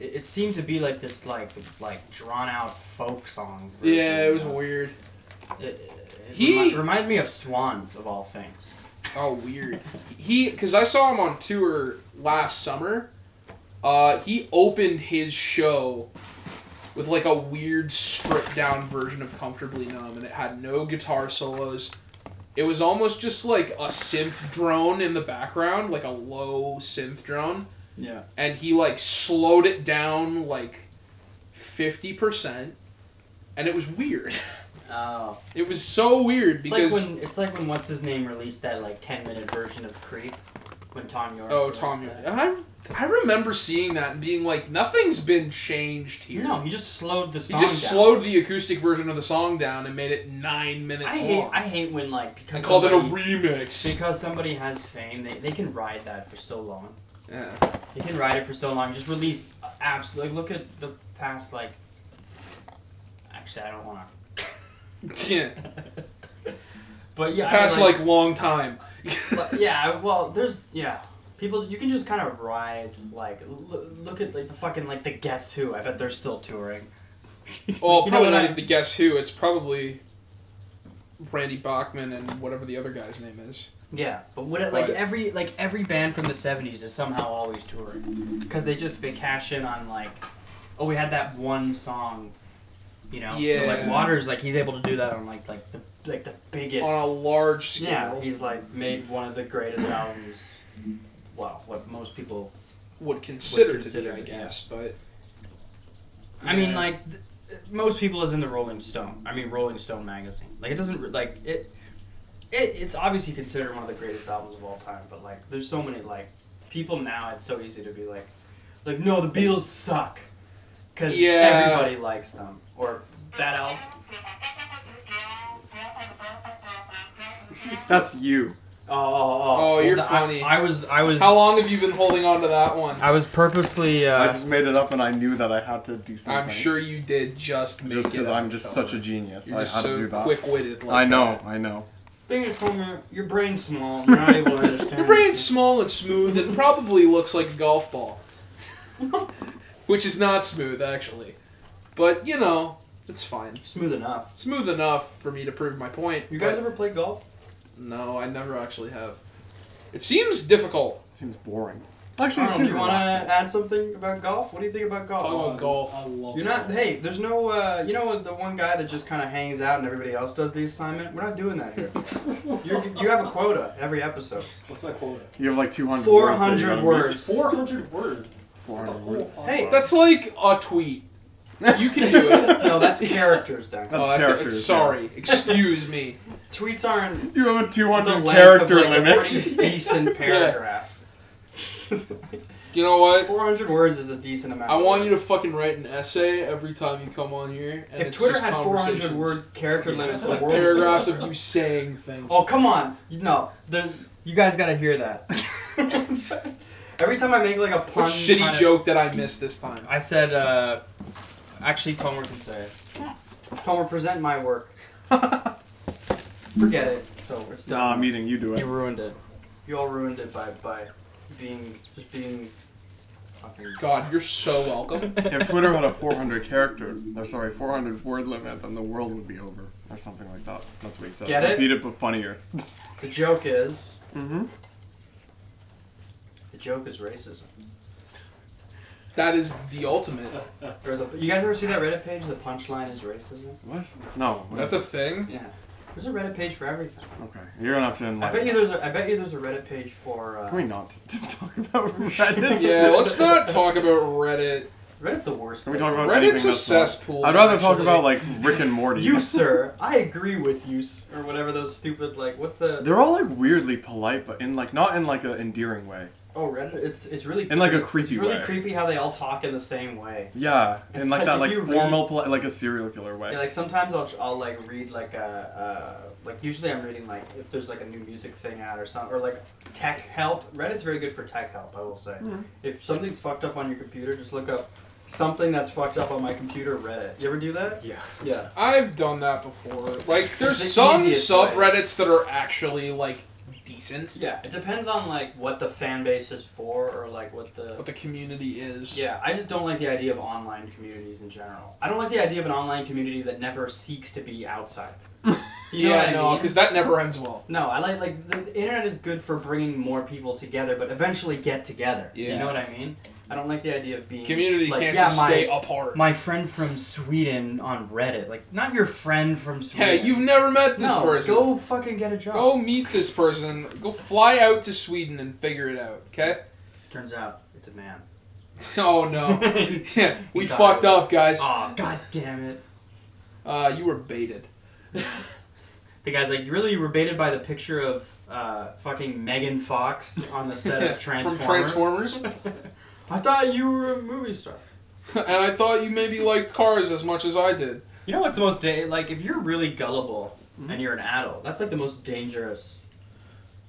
A: It, it seemed to be like this like like drawn out folk song. version,
B: Yeah, it was
A: you know?
B: weird.
A: It, it, it
B: He-
A: remi- reminded me of Swans of all things.
B: Oh, weird. He, because I saw him on tour last summer. Uh, he opened his show with like a weird stripped down version of Comfortably Numb, and it had no guitar solos. It was almost just like a synth drone in the background, like a low synth drone,
A: Yeah.
B: and he like slowed it down like 50%, and it was weird. <laughs>
A: Oh.
B: It was so weird
A: It's
B: because.
A: like when it's like when what's his name released that like ten minute version of Creep, when Tom York.
B: Oh,
A: released
B: Tom,
A: that.
B: I I remember seeing that and being like, nothing's been changed here.
A: No, he just slowed the
B: he
A: song.
B: just
A: down.
B: slowed the acoustic version of the song down and made it nine
A: I
B: minutes
A: hate,
B: long.
A: I hate when like because
B: and called it a
A: somebody-
B: remix.
A: Because somebody has fame, they, they can ride that for so long.
B: Yeah. <laughs>
A: They can ride it for so long. Just release uh, apps. Like look at the past. Like actually, I don't want
B: yeah.
A: to. but yeah, I mean,
B: Past like, long time.
A: but, yeah. Well, there's yeah. People, you can just kind of ride. Like l- look at like the fucking like the Guess Who. I bet they're still touring.
B: <laughs>
A: <laughs>
B: well,
A: You know
B: Oh, probably
A: what
B: not
A: I-
B: as the guess who. It's probably Randy Bachman and whatever the other guy's name is.
A: Yeah, but what it, like
B: Right.
A: every like every band from the '70s is somehow always touring because they just they cash in on like, oh, we had that one song, you know. So
B: Yeah.
A: like Waters, like he's able to do that on like like the like the biggest.
B: On a large
A: yeah,
B: scale,
A: he's like made one of the greatest albums. Well, what most people.
B: would consider,
A: consider
B: to be, I
A: it, yeah.
B: guess. But
A: I mean,
B: Yeah.
A: like th- most people is in the Rolling Stone. I mean, Rolling Stone magazine. Like it doesn't re- like it. It, it's obviously considered one of the greatest albums of all time, but like, there's so many like people now. It's so easy to be like, like no, the Beatles suck, because
B: Yeah.
A: everybody likes them, or that album.
C: That's you.
A: Oh, oh, oh.
B: Oh, you're
A: the-
B: funny.
A: I, I was, I was,
B: how long have you been holding on to that one?
A: I was purposely.
C: I
A: Uh,
C: just made it up and I knew that I had to do something.
B: I'm sure you did just make
C: Just
B: it
C: because
B: up.
C: I'm just such a genius.
B: You're
C: I
B: just
C: had to
B: so
C: do that.
B: quick-witted. Like
C: I know,
B: that.
C: I know.
A: thing is, Homer, your brain's
B: <laughs>
A: small. You're not able to understand.
B: Your brain's small and smooth, and probably looks like a
A: <laughs>
B: golf ball, which is not smooth actually. But you know, it's fine.
A: smooth enough.
B: Smooth enough for me to prove my point.
A: You guys
B: but
A: ever play golf?
B: No, I never actually have. It seems difficult.
C: Seems boring. Actually, it
A: Arnold,
C: seems
A: Um, you want to
C: relaxing.
A: add something about golf? What do you think about golf?
B: Talk about golf.
D: I love
A: You're not.
D: golf.
A: Hey, there's no. Uh, you know what, the one guy that just kind of hangs out and everybody else does the assignment. We're not doing that here. You're, you have a quota every episode.
D: What's my quota?
C: You have like 200
A: 400
C: words.
A: words.
D: <laughs> Four hundred words.
C: Four hundred
D: That's the
C: words.
D: whole
A: Hey,
D: podcast.
B: That's like a tweet.
C: that you gotta
B: You can do it.
C: <laughs>
A: No, that's characters, Dan.
C: That's
B: oh, that's
C: characters, yeah.
B: sorry. Excuse me.
A: Tweets aren't
C: make- You have a
A: the
C: 200
A: length
C: character
A: of, like, a pretty
C: limit.
A: <laughs> decent paragraph.
B: You know what?
A: 400 words is a decent amount.
B: I
A: of
B: want you to
A: words.
B: fucking write an essay every time you come on here. And
A: If
B: it's
A: Twitter
B: just
A: had 400
B: conversations.
A: word character limits, the
B: like
A: world. would be
B: paragraphs of
A: over.
B: you saying things.
A: Oh come on! No, there, you guys gotta hear that. <laughs> Every time I make like a pun,
B: what shitty
A: kind of-
B: joke that I missed this time?
A: I said, uh, actually, Tomer can say it. Tomer, present my work. <laughs> Forget it. It's over. It's
C: <laughs> nah,
A: done.
C: I'm eating. You do
A: you <laughs>
C: it.
A: ruined it. You all ruined it by by being just being fucking.
B: God, you're so welcome.
C: If Twitter had a 400 character, or sorry, 400 word limit, then the world would be over, or something like that. That's what he said.
A: Get it?
C: Beat it, but funnier.
A: The joke is
C: Mm-hmm.
A: the joke is racism.
B: that is the ultimate.
A: Or the you guys ever see that Reddit page? The punchline is racism.
C: What? No. what
B: That's a
C: is this?
B: thing.
A: Yeah, there's a Reddit page for everything.
C: Okay, you're gonna have to
A: I
C: enlighten.
A: bet you
C: us.
A: there's a, I bet you there's a Reddit page for uh,
C: Can we not <laughs>
A: <laughs>
C: talk about Reddit?
B: Yeah, let's not talk about Reddit.
A: Reddit's the worst.
C: Can we
A: place.
C: talk about
B: Reddit's
C: anything
B: a
C: that's not-
B: cesspool.
C: I'd rather talk
B: actually.
C: about like Rick and Morty.
A: you, sir? I agree with you, s- or whatever those stupid like. What's the
C: They're all like weirdly polite, but in like not in like an endearing way.
A: Oh, Reddit, it's it's really
C: In, like, a
A: creep-
C: creepy
A: It's really
C: way.
A: creepy how they all talk in the same way.
C: Yeah,
A: It's
C: in
A: like
C: like, that
A: if
C: like
A: you read-
C: formal, poli- like a serial killer way.
A: Yeah, like sometimes I'll I'll like read like a uh, like usually I'm reading like if there's like a new music thing out or something or like tech help. Reddit's very good for tech help, I will say. If something's fucked up on your computer, just look up something that's fucked up on my computer Reddit. You ever do that?
D: Yes.
A: Yeah.
B: I've done that before. Like, there's
A: It's the
B: some
A: easiest way.
B: subreddits that are actually like decent,
A: Yeah. It depends on like what the fan base is for or like what the
B: what the community is.
A: Yeah, I just don't like the idea of online communities in general. I don't like the idea of an online community that never seeks to be
B: <laughs>
A: outside. You know
B: yeah,
A: what I
B: no,
A: mean?
B: because that never ends well.
A: No, I like like the, the internet is good for bringing more people together, but eventually get together.
B: Yeah.
A: You know what I mean? I don't like the idea of being
B: Community
A: like,
B: can't
A: yeah,
B: just
A: my,
B: stay apart.
E: My friend from Sweden on Reddit, like not your friend from Sweden.
B: yeah, you've never met this
A: no,
B: person.
A: go fucking get a job.
B: Go meet this person. Go fly out to Sweden and figure it out. Okay?
A: Turns out it's a man.
B: <laughs> Oh
A: <laughs>
B: no. yeah, we
A: We thought
B: fucked
A: it was-
B: up, guys.
A: Aw, god damn it.
B: Uh, you were baited.
A: The guy's like, you really were baited by the picture of uh, fucking Megan Fox on the set
B: <laughs>
A: of
B: From
A: Transformers.
B: Transformers. <laughs>
A: <laughs> I thought you were a movie star.
B: and I thought you maybe liked cars as much as I did.
A: You know what's the most da- like if you're really gullible and you're an adult, that's like the most dangerous.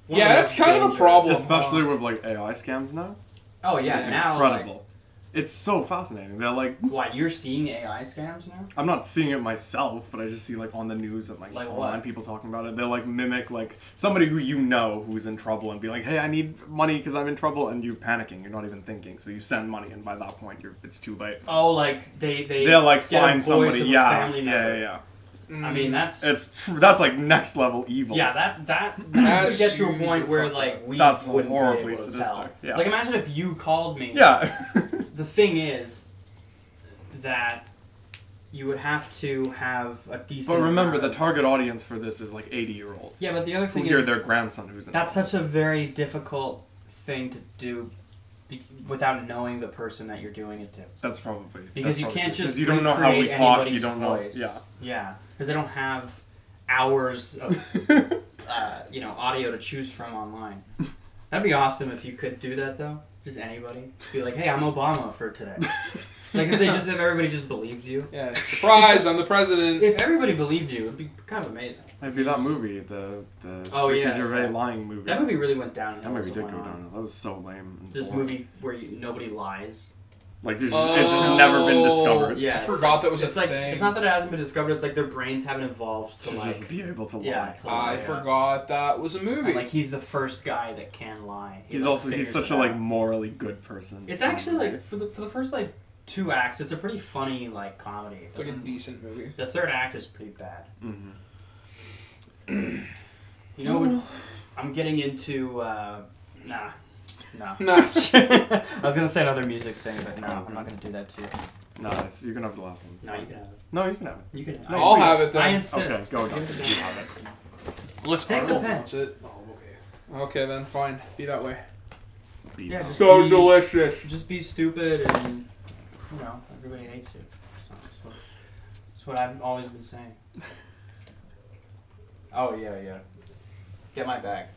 A: one
B: yeah,
A: the
B: that's
A: most
B: kind of a
A: dangerous-
B: problem.
C: Especially
B: huh?
C: with like AI scams now.
A: Oh yeah,
C: it's
A: now
C: incredible. it's so fascinating. They're like,
A: Like, what you're seeing AI scams now?
C: I'm not seeing it myself, but I just see like on the news and like,
A: Like
C: just
A: what?
C: online people talking about it. They'll like mimic like somebody who you know who's in trouble and be like, "Hey, I need money because I'm in trouble," and you're panicking. You're not even thinking, so you send money, and by that point, you're it's too late.
A: Oh, like they they
C: They'll like
A: get a
C: find
A: voice
C: somebody.
A: of a
C: Yeah,
A: family
C: yeah,
A: member.
C: yeah, yeah.
B: Mm.
A: I mean that's
C: It's that's like next level evil.
A: yeah that that that
B: That's
A: could get to a
B: super
A: point where
B: fucked
A: like
B: up.
A: we
C: That's
A: wouldn't be
C: horribly
A: able to
C: sadistic,
A: tell.
C: yeah.
A: Like imagine if you called me.
C: yeah. <laughs>
A: The thing is that you would have to have a decent.
C: but remember, the
A: amount of-
C: target audience for this is like 80 year olds.
A: Yeah, but the other
C: who
A: thing
C: hear
A: is
C: their grandson who's in
E: That's
C: trouble.
E: such a very difficult thing to do be- without knowing the person that you're doing it to.
C: That's probably
E: Because
C: that's
E: you
C: probably
E: can't
C: true,
E: just
C: 'cause you don't know how we
E: recreate
C: talk. You
E: anybody's
C: don't
E: voice.
A: <laughs>
C: know. Yeah.
E: Yeah, because they don't have hours
A: Oh,
E: of
A: uh, you know audio to choose from online. That'd be awesome if you could do that though. Just anybody be like, hey, I'm Obama for today. like if they just if everybody just believed you.
B: yeah, surprise! I'm the president.
A: If everybody believed you, it'd be kind of amazing.
C: Maybe that movie, the the
A: Oh,
C: Ricky
A: yeah.
C: Gervais lying movie.
A: That movie really went down.
C: That movie did go down. That was so lame. and
A: It's this
C: boring.
A: movie where you, nobody lies.
C: like there's just, <laughs> it's just never been
B: Oh.
C: discovered.
A: Yeah,
B: I
A: it's
B: forgot
A: like-
B: that was a
A: it's like,
B: thing.
A: It's not that it hasn't been discovered. It's like their brains haven't evolved to
C: To
A: like.
C: just be able to lie.
A: yeah, to
B: I
A: lie.
B: forgot that was a movie.
A: And, like he's the first guy that can lie. He,
C: he's
A: like,
C: also he's
A: figures
C: such
A: it
C: a
A: out.
C: like morally good person.
A: It's actually like for the for the first like two acts, it's a pretty funny like comedy. It
B: it's like a
A: doesn't-
B: decent movie.
A: <laughs> The third act is pretty bad.
C: hmm
A: You know what? I'm getting into. Uh, nah.
B: <laughs>
A: Nah. <laughs>
B: No.
E: I was gonna say another music thing, but no, I'm not gonna do that to you.
C: No, it's, you're gonna have the last one. It's
A: No, you
C: fine.
A: can have it.
C: No, you can have it.
A: You can.
C: No,
A: I
B: I'll
A: insist.
B: have it then.
A: I insist.
C: Okay, go
A: Give it
C: Doc.
A: to me.
B: Unless
A: Take the
B: Arnold
A: pen.
B: wants it.
D: Oh, okay.
B: Okay, then fine. Be that way.
C: Beat
A: Yeah,
C: up.
A: just So be-
B: delicious.
A: Just be stupid, and you know everybody hates you. So, that's, what, that's what I've always been <laughs> saying. oh yeah, yeah. Get my bag.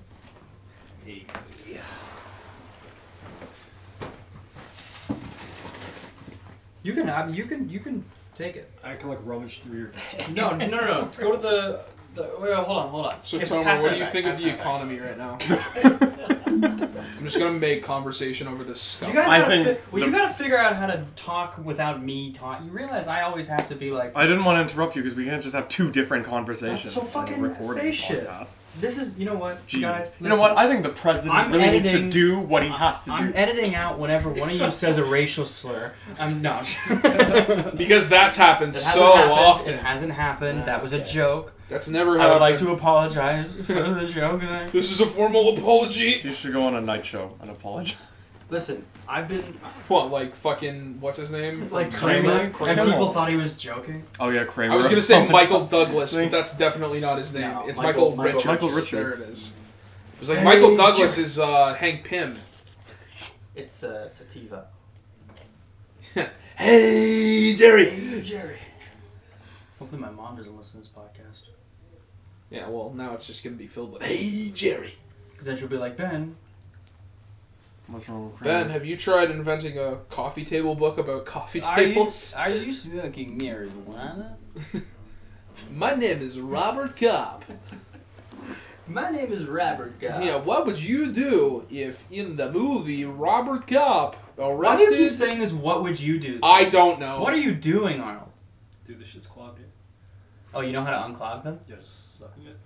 A: You can have. You can. You can take it.
D: I can like rummage through your <laughs> bag.
A: <laughs> No, no, no, no. Go to the. the wait, wait, hold on, hold on.
B: So,
A: Give-
B: Tomer,
A: pass
B: what
A: that
B: do you
A: back,
B: think of
A: pass
B: the
A: that back.
B: economy right now? I'm just gonna make conversation over this
A: You
B: stuff.
A: guys
C: I
A: gotta
C: think
A: fi- well,
C: the-
A: you gotta figure out how to talk without me talking. You realize I always have to be like,
C: I didn't want to interrupt you because we can't just have two different conversations.
A: so
C: on a
A: fucking
C: recorded
A: say shit.
C: podcast.
A: this is, you know what,
C: Jeez.
A: guys.
C: you know what? I think the president
A: I'm
C: really
A: editing-
C: needs to do what he has to
A: I'm
C: do.
A: editing out whenever one of you says a racial slur. I'm not. <laughs>
B: Because that's happened
A: It
B: so
A: hasn't happened.
B: often.
A: It hasn't happened. that was a
B: Okay.
A: joke.
B: That's never
A: I
B: happened.
A: would like to apologize for the joke. and <laughs> I-
B: This is a formal apology.
C: You should go on a night show and apologize. <laughs>
A: Listen, I've been
B: What, like fucking what's his name?
A: like
B: From-
A: Kramer,
C: Kramer?
A: and people thought he was joking.
C: Oh yeah, Kramer.
B: I was gonna say
C: Oh,
B: Michael Douglas, but that's definitely not his name.
A: No,
B: it's Michael,
A: Michael-
B: Richards.
C: Michael Richards.
B: There it is. It was like
A: Hey,
B: Michael Douglas is uh, Hank Pym.
A: It's uh, sativa.
B: Hey Jerry.
A: Jerry. Hopefully, my mom doesn't listen to this podcast.
B: Yeah, well now it's just gonna be filled with Hey Jerry.
A: Because then she'll be like, Ben,
C: <laughs> What's wrong with Kramer?
B: Ben, have you tried inventing a coffee table book about coffee
A: are you,
B: tables?
A: are you smoking marijuana?
B: My name is Robert Cobb.
A: My name is Robert Guy.
B: Yeah, what would you do if in the movie Robert Cop
A: Why do you keep
B: arrested?
A: saying this? What would you do?
B: I don't know.
A: What are you doing, Arnold?
D: Dude, this shit's clogged. It.
A: Oh, you know how to unclog them?
D: Yeah, just sucking it.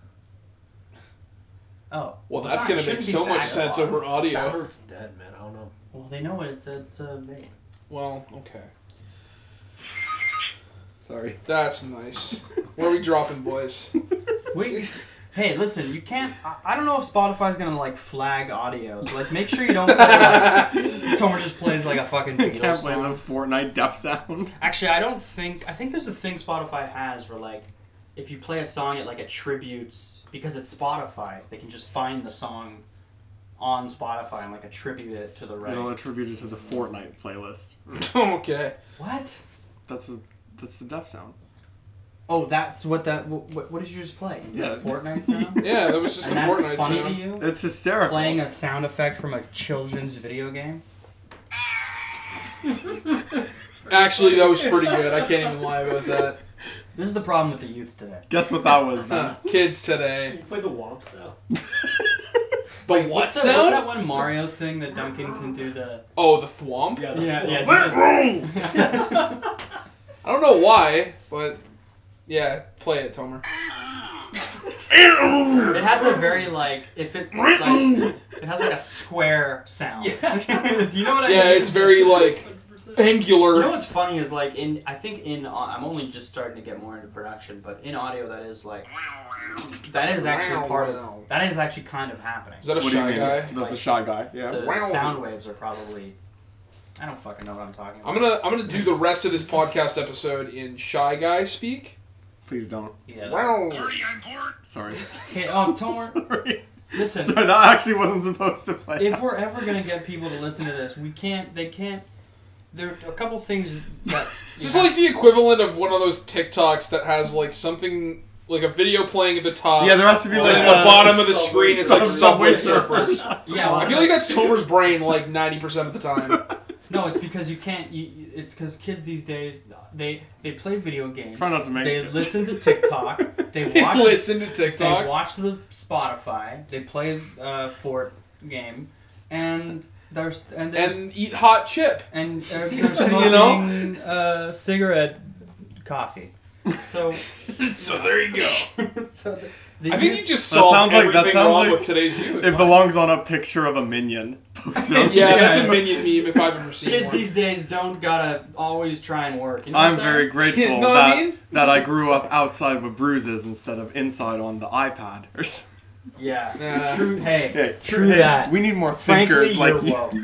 A: Oh,
B: well, that's
A: Fine,
B: gonna
A: shouldn't
B: make
A: be
B: so much
A: bad.
B: sense over
F: That
B: audio.
F: hurts dead, man. I don't know.
A: well, they know what it's a, it's uh, a vape.
B: Well, okay,
C: Sorry.
B: that's nice. Where are we dropping, boys? <laughs>
A: We, <laughs> hey, listen, you can't. I, I don't know if Spotify's gonna like flag audios. Like, make sure you don't. Play, like,
B: <laughs>
A: Tomer just plays like a fucking
C: I
A: Beatles
C: <laughs> can't play
A: song.
C: the Fortnite death sound.
A: Actually, I don't think. I think there's a thing Spotify has where like, if you play a song, it like attributes because it's Spotify. They can just find the song on Spotify and like attribute it to the
C: It'll
A: right.
C: attribute it to the Fortnite playlist.
B: okay.
A: What?
C: That's a, that's the death sound.
A: Oh, that's what that. What, what did you just play? You did a
C: Yeah.
B: <laughs>
A: Fortnite sound.
B: Yeah, that was just
A: and
B: a
A: that's
B: Fortnite
A: funny
B: sound.
A: to you.
C: It's hysterical.
A: Playing a sound effect from a children's video game.
B: Actually, that was pretty good. I can't even lie about that.
A: <laughs> This is the problem with the youth today.
C: Guess what that was, man.
B: <laughs> Huh, Kids today.
D: You play the womp sound.
B: The what
A: What's that- what's
B: sound?
A: that one Mario thing that Duncan can do the? <laughs>
B: Oh, the thwomp.
D: Yeah, the womp.
B: I don't know why, but yeah, play it, Tomer.
A: It has a very like if it like, it has like a square sound. <laughs> Do you know what I mean?
B: Yeah, it's very
D: <laughs>
B: like
D: 100%.
B: angular.
A: You know what's funny is like in I think in au- I'm only just starting to get more into production, but in audio that is like that is actually part of that is actually kind of happening.
B: Is that a
C: What do you
B: shy
C: mean?
B: guy?
C: That's a shy guy. Yeah.
A: The
B: Wow.
A: sound waves are probably I don't fucking know what I'm talking about.
B: I'm gonna I'm gonna do the rest of this podcast episode in shy guy speak.
C: Please don't.
A: Yeah.
B: Wow.
A: <laughs>
C: Sorry.
A: Hey, um, Tomer,
C: Sorry.
A: listen.
B: <laughs>
C: Sorry, that actually wasn't supposed to play.
A: if we're ever gonna get people to listen to this, we can't. They can't. There are a couple things
B: <laughs>
A: that.
B: Is this like the equivalent of one of those TikToks that has like something like a video playing at the top?
C: <laughs> yeah, there has to be
B: and
C: like
B: at
C: a-
B: the bottom of the
D: Subway
B: screen, it's like Subway
C: Subway
B: Surfers.
C: Surfers.
A: yeah, well,
B: I feel like that's Tomer's brain like 90% of the time.
A: no, it's because you can't. You, you- it's because kids these days they they play video games.
C: <laughs> Try not to make
A: they
C: it.
A: listen to
B: <laughs>
A: TikTok. They
B: They
A: watch.
B: listen to
A: They
B: TikTok.
A: watch the Spotify. They play uh, Fort game, and there's and there's,
B: And eat hot chip.
A: <laughs> and uh, they're smoking
B: You know?
A: uh, cigarette coffee. <laughs> So,
B: So there you go.
A: <laughs> so the, the
B: I think
A: youth-
B: you just
C: That
B: solved
C: sounds like- that
B: everything
C: sounds
B: wrong
C: like-
B: with today's youth.
C: <laughs> It belongs on a picture of a minion. <laughs> Posted
B: <laughs>
C: on
B: yeah, that's a
C: Facebook.
B: minion meme if I've ever seen
A: Kids
B: one.
A: these days don't gotta always try and work. You know what
C: I'm very
B: <laughs>
C: grateful
B: You know what
C: that,
B: I mean?
C: that I grew up outside with bruises instead of inside on the iPad. Or something.
A: Yeah.
B: Yeah.
A: Uh, True. Hey.
C: Hey,
A: True
C: hey,
A: that.
C: We need more
A: Frankly,
C: thinkers like
A: you're
C: you.
A: woke.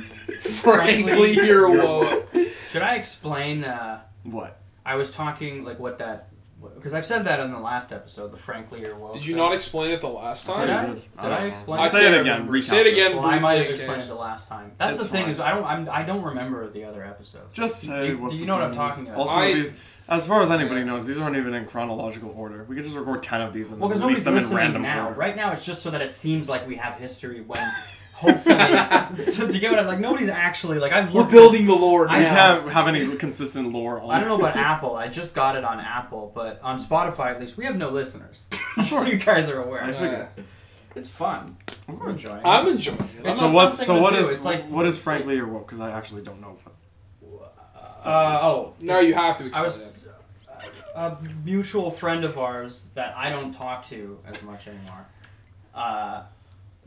B: Frankly, you're woke.
A: Should I explain? Uh,
C: What?
A: I was talking like what that because I've said that in the last episode. The frankly or woke.
B: Did you
A: thing.
B: not explain it the last
A: Did
B: time?
A: I? Did I explain?
B: I
C: Say
B: can't
C: it again.
B: remember.
C: Recap
B: Say it again.
A: Well, I might have
B: briefly, in
A: explained
B: case.
A: it last time. That's
C: It's
A: the thing
C: fine.
A: is I don't I'm, I don't remember the other episodes.
C: Just say
A: you-
C: what.
A: do you
C: the
A: know what I'm
C: thing is.
A: talking about?
C: Also,
B: I-
C: these, as far as anybody
B: Yeah.
C: knows, these aren't even in chronological order. We could just record ten of these and
A: Well,
C: then
A: because nobody's
C: release them in
A: listening
C: random
A: now.
C: order.
A: Right now, it's just so that it seems like we have history when. <laughs> Hopefully,
C: <laughs>
A: so, do you get what I'm like? Nobody's actually like I've
B: We're
A: looked-
B: building the Lord
A: I
C: We
B: now.
C: can't have any consistent lore on.
A: I don't know
C: <laughs>
A: about Apple. I just got it on Apple, but on Spotify at least we have no
B: <laughs>
A: listeners. <laughs> Just so you guys are aware.
C: I figured.
A: It's fun.
C: Of
A: I'm
C: course.
A: enjoying it.
B: I'm enjoying it.
A: It's
C: so
A: just
C: what's
A: something
C: so
A: to
C: what
A: do.
C: is
A: It's like-
C: what is frankly or woke? Because I actually don't know.
A: Uh, oh,
B: No, you have to
A: I
B: explain
A: was
B: it.
A: a mutual friend of ours that I don't talk to as much anymore. Uh,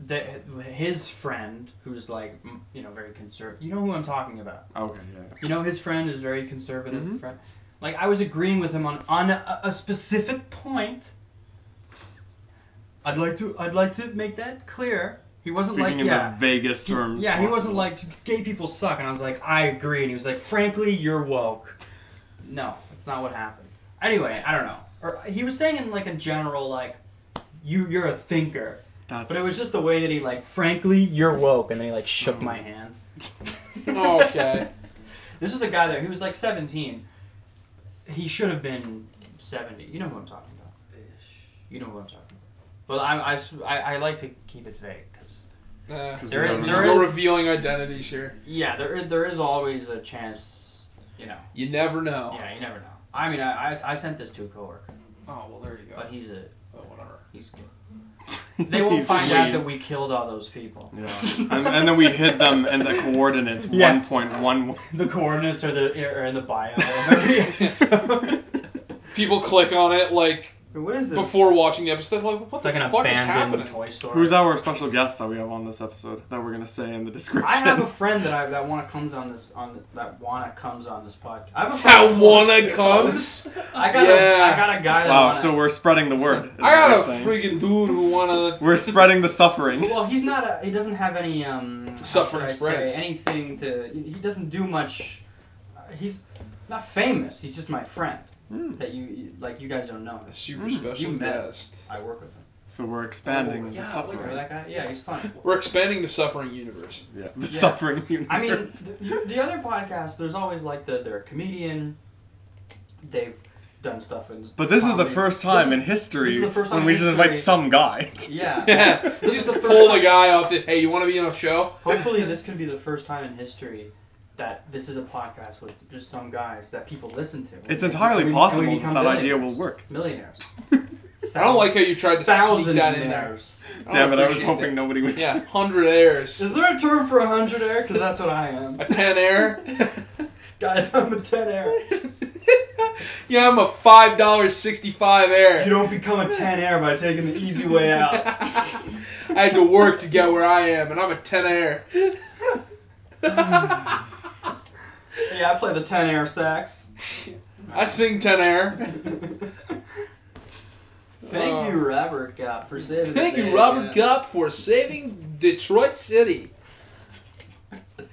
A: the, his friend, who's like m- you know very conservative. You know who I'm talking about.
C: Okay, yeah. yeah.
A: You know his friend is very conservative.
C: Mhm.
A: Friend, like I was agreeing with him on on a, a specific point. I'd like to I'd like to make that clear. He wasn't
C: Speaking
A: like
C: in
A: yeah.
C: the vaguest terms.
A: yeah, he wasn't
C: possible.
A: like gay people suck, and I was like, I agree, and he was like, frankly, you're woke. No, that's not what happened. Anyway, I don't know. Or he was saying in like a general like, you you're a thinker,
C: That's,
A: but it was just the way that he like, frankly, you're woke, and then he like shook my hand.
B: oh, Okay.
A: <laughs> This was a guy there. He was like 17. He should have been 70. You know who I'm talking about. You know who I'm talking about. Well, I, I, I, I like to keep it vague because
B: Uh,
A: there is
B: there's
A: there
B: no
A: is
B: revealing identities here.
A: yeah there is, there is always a chance. You know.
B: You never know.
A: Yeah, you never know. I mean, I, I, I sent this to a coworker,
B: Oh well, there you go.
A: but he's a <laughs>
B: Oh, whatever.
A: he's
C: <laughs>
A: They won't
C: He's
A: find out
C: weird.
A: that we killed all those <laughs> people.
C: Yeah. and, and then we hid them in the coordinates
A: <laughs> Yeah.
C: 1.1.
A: The coordinates are the are in the <laughs> bio. Of every episode.
B: People click on it like
A: what is this?
B: before watching the episode. They're Like, what
A: it's like
B: the
A: an
B: fuck is
A: abandoned
B: happening?
A: toy store.
C: <laughs> Who's our special guest that we have on this episode that we're gonna say in the description?
A: I have a friend that I that wanna comes on this on the, that wanna comes on this podcast. I have a friend
B: How wanna comes?
A: I got a
B: Yeah.
A: I got a guy that
C: wow,
A: wanna,
C: so we're spreading the word.
B: I
C: is what
B: got a
C: we're saying.
B: freaking dude who wanna.
C: We're spreading the suffering.
A: well he's not a, he doesn't have any um how should
B: Suffering
A: I say,
B: spreads.
A: anything to he doesn't do much. Uh, he's not famous. He's just my friend
C: Hmm.
A: that you- you like Hmm, you guys don't know.
B: A
A: him.
B: super
C: Mm,
A: you
B: special
A: met.
B: guest.
A: I work with him.
C: So we're expanding
D: Oh,
C: the
D: yeah,
C: suffering.
A: Remember that guy? Yeah, he's fun.
B: We're expanding the suffering
A: <laughs>
B: universe. <laughs>
C: Yeah, the suffering universe.
A: I mean, the, the other podcasts, there's always like the they're a comedian. They've done stuff in.
C: but this is the
A: comedy.
C: first time
A: This-
C: in history
A: this is the first time
C: when
A: in
C: we just invite
A: history-
C: some guy. <laughs>
B: <laughs>
A: Yeah.
B: Yeah,
A: This is
B: just
A: the first
B: pull the
A: time-
B: guy off. The, hey, you want to be on a show?
C: <laughs>
A: Hopefully, this could be the first time in history that this is a podcast with just some guys that people listen to.
C: It's
A: And we-
C: entirely
A: and we
C: possible that
A: become
C: that idea
A: millionaires.
C: will work.
A: Millionaires.
B: <laughs> I don't like how you tried to sneak
A: thousand
B: that in there.
A: millionaires.
B: don't
C: Damn it, I was
B: Oh, appreciate
C: hoping nobody would.
B: that. Yeah, hundred heirs,
A: Is there a term for a hundred air? Because that's what I am,
B: a ten heir.
A: guys. <laughs> I'm a ten air.
B: <laughs> yeah, I'm a five dollars sixty-five heir.
A: You don't become a ten air by taking the easy way out.
B: <laughs> I had to work to get where I am, and I'm a ten heir.
A: Yeah, I play the ten air sax.
B: I sing
A: <laughs>
B: ten heir.
A: Thank you, Robert Gopp, for saving.
B: Thank
A: the
B: you,
A: day,
B: Robert
A: yeah.
B: Gupp, for saving Detroit City.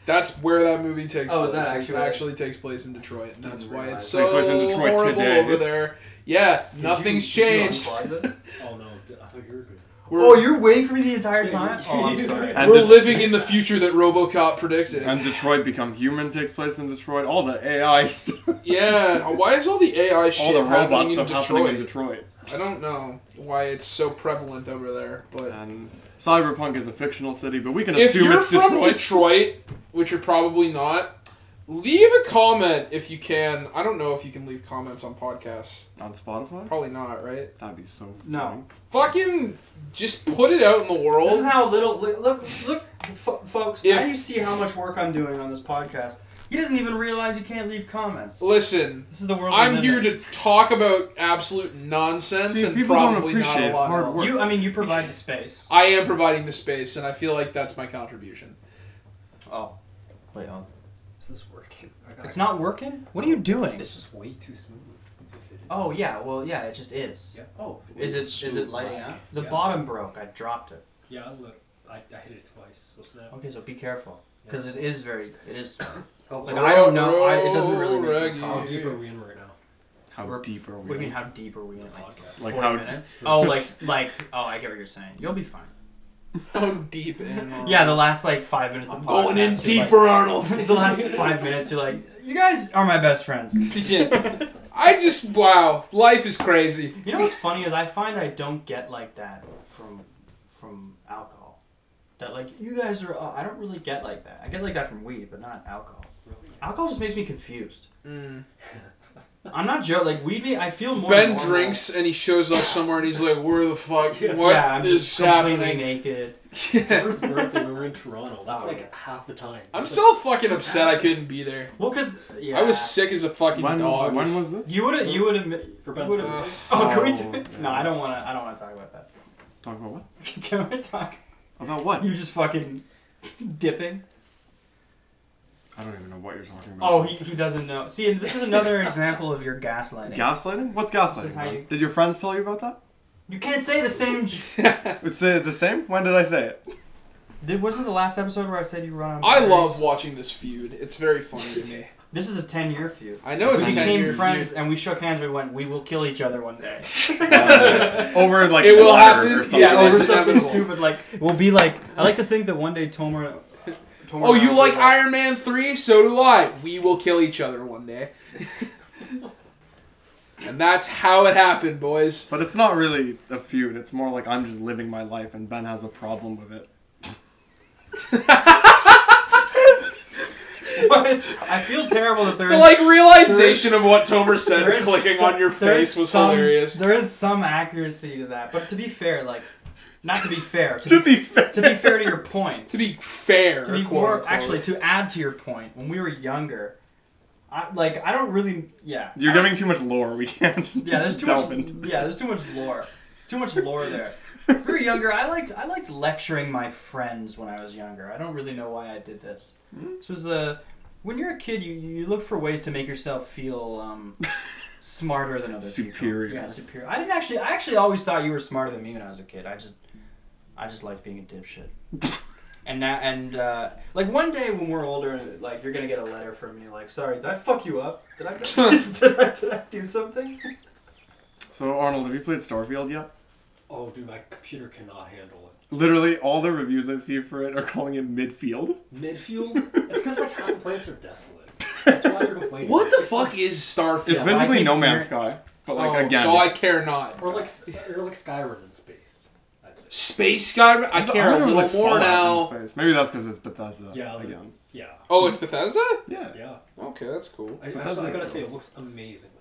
B: That's where that movie takes
A: Oh, is
B: place.
A: that
B: It
A: actually-
B: actually takes place in Detroit, and that's why it's so
C: Takes place in Detroit
B: horrible
C: today.
B: over there. Yeah,
A: Did you-
B: nothing's
A: did you
B: changed.
A: unplug it?
D: Oh no, d- I thought you were good.
B: We're,
A: oh, you're waiting for me the entire
D: <laughs>
A: time.
D: you-
A: <laughs> Oh, I'm
D: you-
A: sorry.
C: And
B: we're
C: the-
B: living in the future that RoboCop predicted.
C: <laughs> And Detroit Become Human takes place in Detroit. All the AI <laughs> stuff.
B: yeah, uh, why is all the AI shit
C: all the robot
B: happening, in
C: stuff happening in Detroit.
B: Detroit? I don't know why it's so prevalent over there, but
C: And Cyberpunk is a fictional city, but we can
B: if
C: assume
B: you're
C: it's
B: from
C: Detroit.
B: Detroit. which you're probably not, leave a comment if you can. I don't know if you can leave comments on podcasts.
C: On Spotify?
B: Probably not, right?
C: That'd be so
A: No.
B: Fucking just put it out in the world.
A: This is how little. Look, look, look fo- folks. now
B: If-
A: you see how much work I'm doing on this podcast. He doesn't even realize you can't leave comments.
B: Listen,
A: This is the world. we
B: I'm
A: live
B: here
A: in.
B: to talk about absolute nonsense
C: See,
B: and
C: people don't
B: probably not a
C: appreciate
B: lot
C: hard
B: else.
C: work.
A: You, I mean, you provide the space.
B: I am providing the space, and I feel like that's my contribution.
A: Oh, wait, hold on.
D: Is this working? I got-
A: It's not working. What are you
D: It's,
A: doing?
D: it's just way too smooth. If it is.
A: Oh yeah, well yeah, it just is.
D: Yeah. Oh.
A: Is it is it
D: smooth
A: lighting
D: black.
A: up? The
D: yeah.
A: bottom broke. I dropped it.
D: Yeah. Look, I, I hit it twice. So snap.
A: Okay, so be careful because it is very it is
D: Oh,
A: like
D: how
A: I don't know. I, it doesn't really.
B: Roll,
A: Make me
B: Reggie.
A: calm.
D: deep are
A: oh,
D: we in right now?
C: How
A: We're-
C: deep are
A: What do you mean?
C: we?
A: How deep are we in? Like,
D: Podcast.
A: <laughs>
C: Like
A: four
C: how-
A: minutes? Oh, like like oh, I get what you're saying. You'll be fine. Oh,
B: Go deep in.
A: Yeah, the last like five minutes. Of the podcast,
B: Going in
A: you're
B: deeper, Arnold.
A: Like, <laughs> the last five minutes, you're like, you guys are my best friends. <laughs>
B: Yeah. I just wow, life is crazy.
A: You know what's funny is I find I don't get like that from from alcohol. That like you guys are. Uh, I don't really get like that. I get like that from weed, but not alcohol.
D: Really?
A: Alcohol just makes me confused.
B: Mm.
A: I'm not joking. Like weed, me. I feel more.
B: Ben
A: normal.
B: drinks and he shows up somewhere and he's like, "Where the fuck? What is
A: <laughs>
D: Yeah,
A: yeah, I'm just completely
B: happening?"
A: naked.
B: <laughs> Yeah.
D: First birthday, we were in Toronto. That's
A: Oh,
D: like
A: yeah.
D: half the time.
B: I'm
D: It's
B: still fucking upset I couldn't be there.
A: Well, cause yeah,
B: I was sick as a fucking
C: When,
B: dog.
C: when was this?
A: You would have. You would have.
D: like, for Ben's
A: would've-
D: birthday.
B: Ugh.
A: <laughs> Oh, can we?
C: Oh,
A: Do,
C: yeah.
A: no, I don't want to. I don't want to talk about that. <laughs>
C: Talk about what?
A: Can we talk? <laughs>
C: About what?
A: You just fucking dipping.
C: I don't even know what you're talking about.
A: Oh, he, he doesn't know. See, and this is another example of your gaslighting.
C: gaslighting? What's
A: This
C: gaslighting?
A: is how
C: man?
A: you-
C: Did your friends tell you about that?
A: you can't say the same.
C: It's the, the same. When did I say
A: <laughs>
C: it?
A: Did, wasn't the last episode where I said you run? on
B: I
A: batteries?
B: love watching this feud. It's very funny to me.
A: This is a ten-year feud.
B: I know it's
A: we
B: a ten year
A: became friends
B: feud.
A: and we shook hands. We went, we will kill each other one
B: <laughs>
A: day.
C: over like
B: It will
C: water
B: happen.
C: or something.
B: Yeah,
A: yeah, over
B: that's
A: something
B: inevitable.
A: stupid like we'll be like. I like to think that one day Tomer. Tomer
B: Oh, you
A: will
B: like
A: be
B: Iron Man three? So do I. We will kill each other one
C: <laughs>
B: day. and that's how it happened, boys.
C: But it's not really a feud. It's more like I'm just living my life, and Ben has a problem with it.
A: <laughs> I feel terrible that there
B: The
A: is
B: like realization of what Tomer said
A: there is
B: clicking
A: some-
B: on your
A: there is
B: face was
A: some-
B: hilarious.
A: There is some accuracy to that, but to be fair, like not to be fair. To,
C: <laughs> to
A: be,
C: be fair.
A: to be fair to your
B: <laughs>
A: point.
B: To be fair,
A: To be
B: quote,
A: more,
B: unquote.
A: actually, to add to your point, when we were younger, I like I don't really yeah.
C: You're
A: I-
C: giving too much lore. We can't.
A: <laughs> yeah. There's too
C: delve
A: much
C: into
A: yeah. There's too much lore. Too much lore there. When we were younger. I liked I liked lecturing my friends when I was younger. I don't really know why I did this. This was a when you're a kid, you, you look for ways to make yourself feel um, smarter than others.
C: Superior.
A: Yeah, superior. I didn't actually. I actually always thought you were smarter than me when I was a kid. I just, I just liked being a dipshit. and now, and uh, like one day when we're older, like you're gonna get a letter from me, like, sorry, did I fuck you up? Did I, <laughs> did I, did I do something?
C: So Arnold, have you played Starfield yet?
D: Oh, dude, my computer cannot handle it.
C: Literally, all the reviews I see for it are calling it midfield.
D: Midfield? It's because like half the planets are desolate. That's
A: <laughs>
D: why they're complaining.
B: What the fuck is Starfield?
C: It's basically
A: think
C: No
A: you're-
C: Man's Sky, but like
B: oh,
C: again.
B: so I care not.
D: Or like or like Skyrim in space. That's it.
B: Space Skyrim. I
C: thought-
B: care
C: thought
B: a
C: it was,
B: little
C: like,
B: more
C: Fallout in
B: now.
C: space. Maybe that's because it's Bethesda.
D: Yeah, like-
C: again.
D: Yeah.
B: Oh, it's Bethesda.
C: Yeah. yeah.
D: Yeah.
B: Okay, that's cool.
D: I, I,
C: Bethesda's
D: I gotta
C: cool.
D: say, it looks amazing.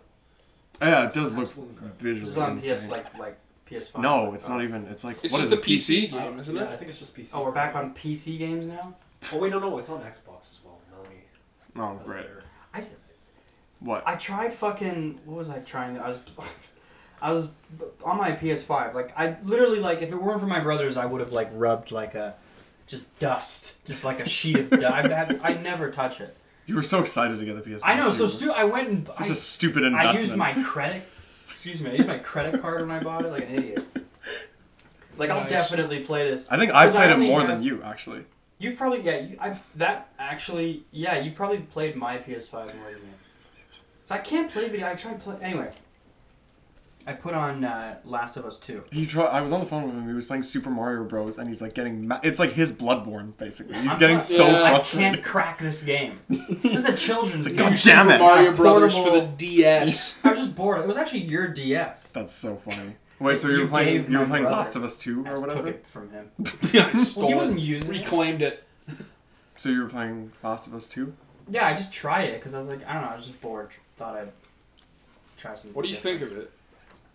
C: it does look
D: Absolutely incredible.
A: This
C: visually
A: is on PS
C: insane.
A: like like uh, PS5.
C: no, it's not even. It's like
B: It's
C: what
B: just
C: is
B: the
C: it,
B: PC game, isn't
D: yeah, I
B: it?
D: think it's just PC.
A: Oh, we're back on PC games now.
D: Oh wait, no, no, it's on Xbox as well. Melanie.
C: No,
D: That's
C: right.
D: better.
A: I
C: Oh, What?
A: I tried fucking. What was I trying? I was. <laughs> I was on my PS5. Like I literally like if it weren't for my brothers, I would have like rubbed like a, just dust, just like a sheet of dust. I, had- I never touch it.
C: You were so excited to get the PS.
A: I know. So Stu, I went and
C: Such
A: I,
C: a stupid
A: I
C: investment.
A: used my credit. Excuse me. I used my credit card when I bought it, like an idiot. Like I'll
B: Nice.
A: definitely play this.
C: I think I
A: 'Cause I
C: played it
A: only
C: more
A: have-
C: than you actually.
A: You've probably yeah. You, I've that actually yeah. You've probably played my PS5 more than me. So I can't play video. I tried play anyway. I put on uh, Last of Us Two.
C: He try, I was on the phone with him. He was playing Super Mario Bros. and he's like getting. Ma- it's like his Bloodborne basically. He's
A: I'm
C: getting
A: not-
C: so
B: Yeah. I
A: I
C: frustrated.
A: can't crack this game. This is a children's
C: It's a
A: game.
C: goddamn- Damn
B: Super
C: it.
B: Mario
A: It's a
B: Brothers for the
A: portable-
C: <laughs>
B: DS.
A: I was just bored. It was actually your DS.
C: That's so funny. Wait, so
A: You
C: you were playing
A: gave
C: you were
A: my
C: playing
A: brother-
C: Last of Us Two
A: I
C: or
A: just took
C: whatever.
A: it from him.
B: <laughs> yeah, I
A: Well,
B: stole
A: he wasn't
B: it.
A: using it.
B: Reclaimed it.
C: So you were playing Last of Us Two.
A: Yeah, I just tried it because I was like, I don't know. I was just bored. Thought I'd try something.
B: What do you
A: different.
B: think of it?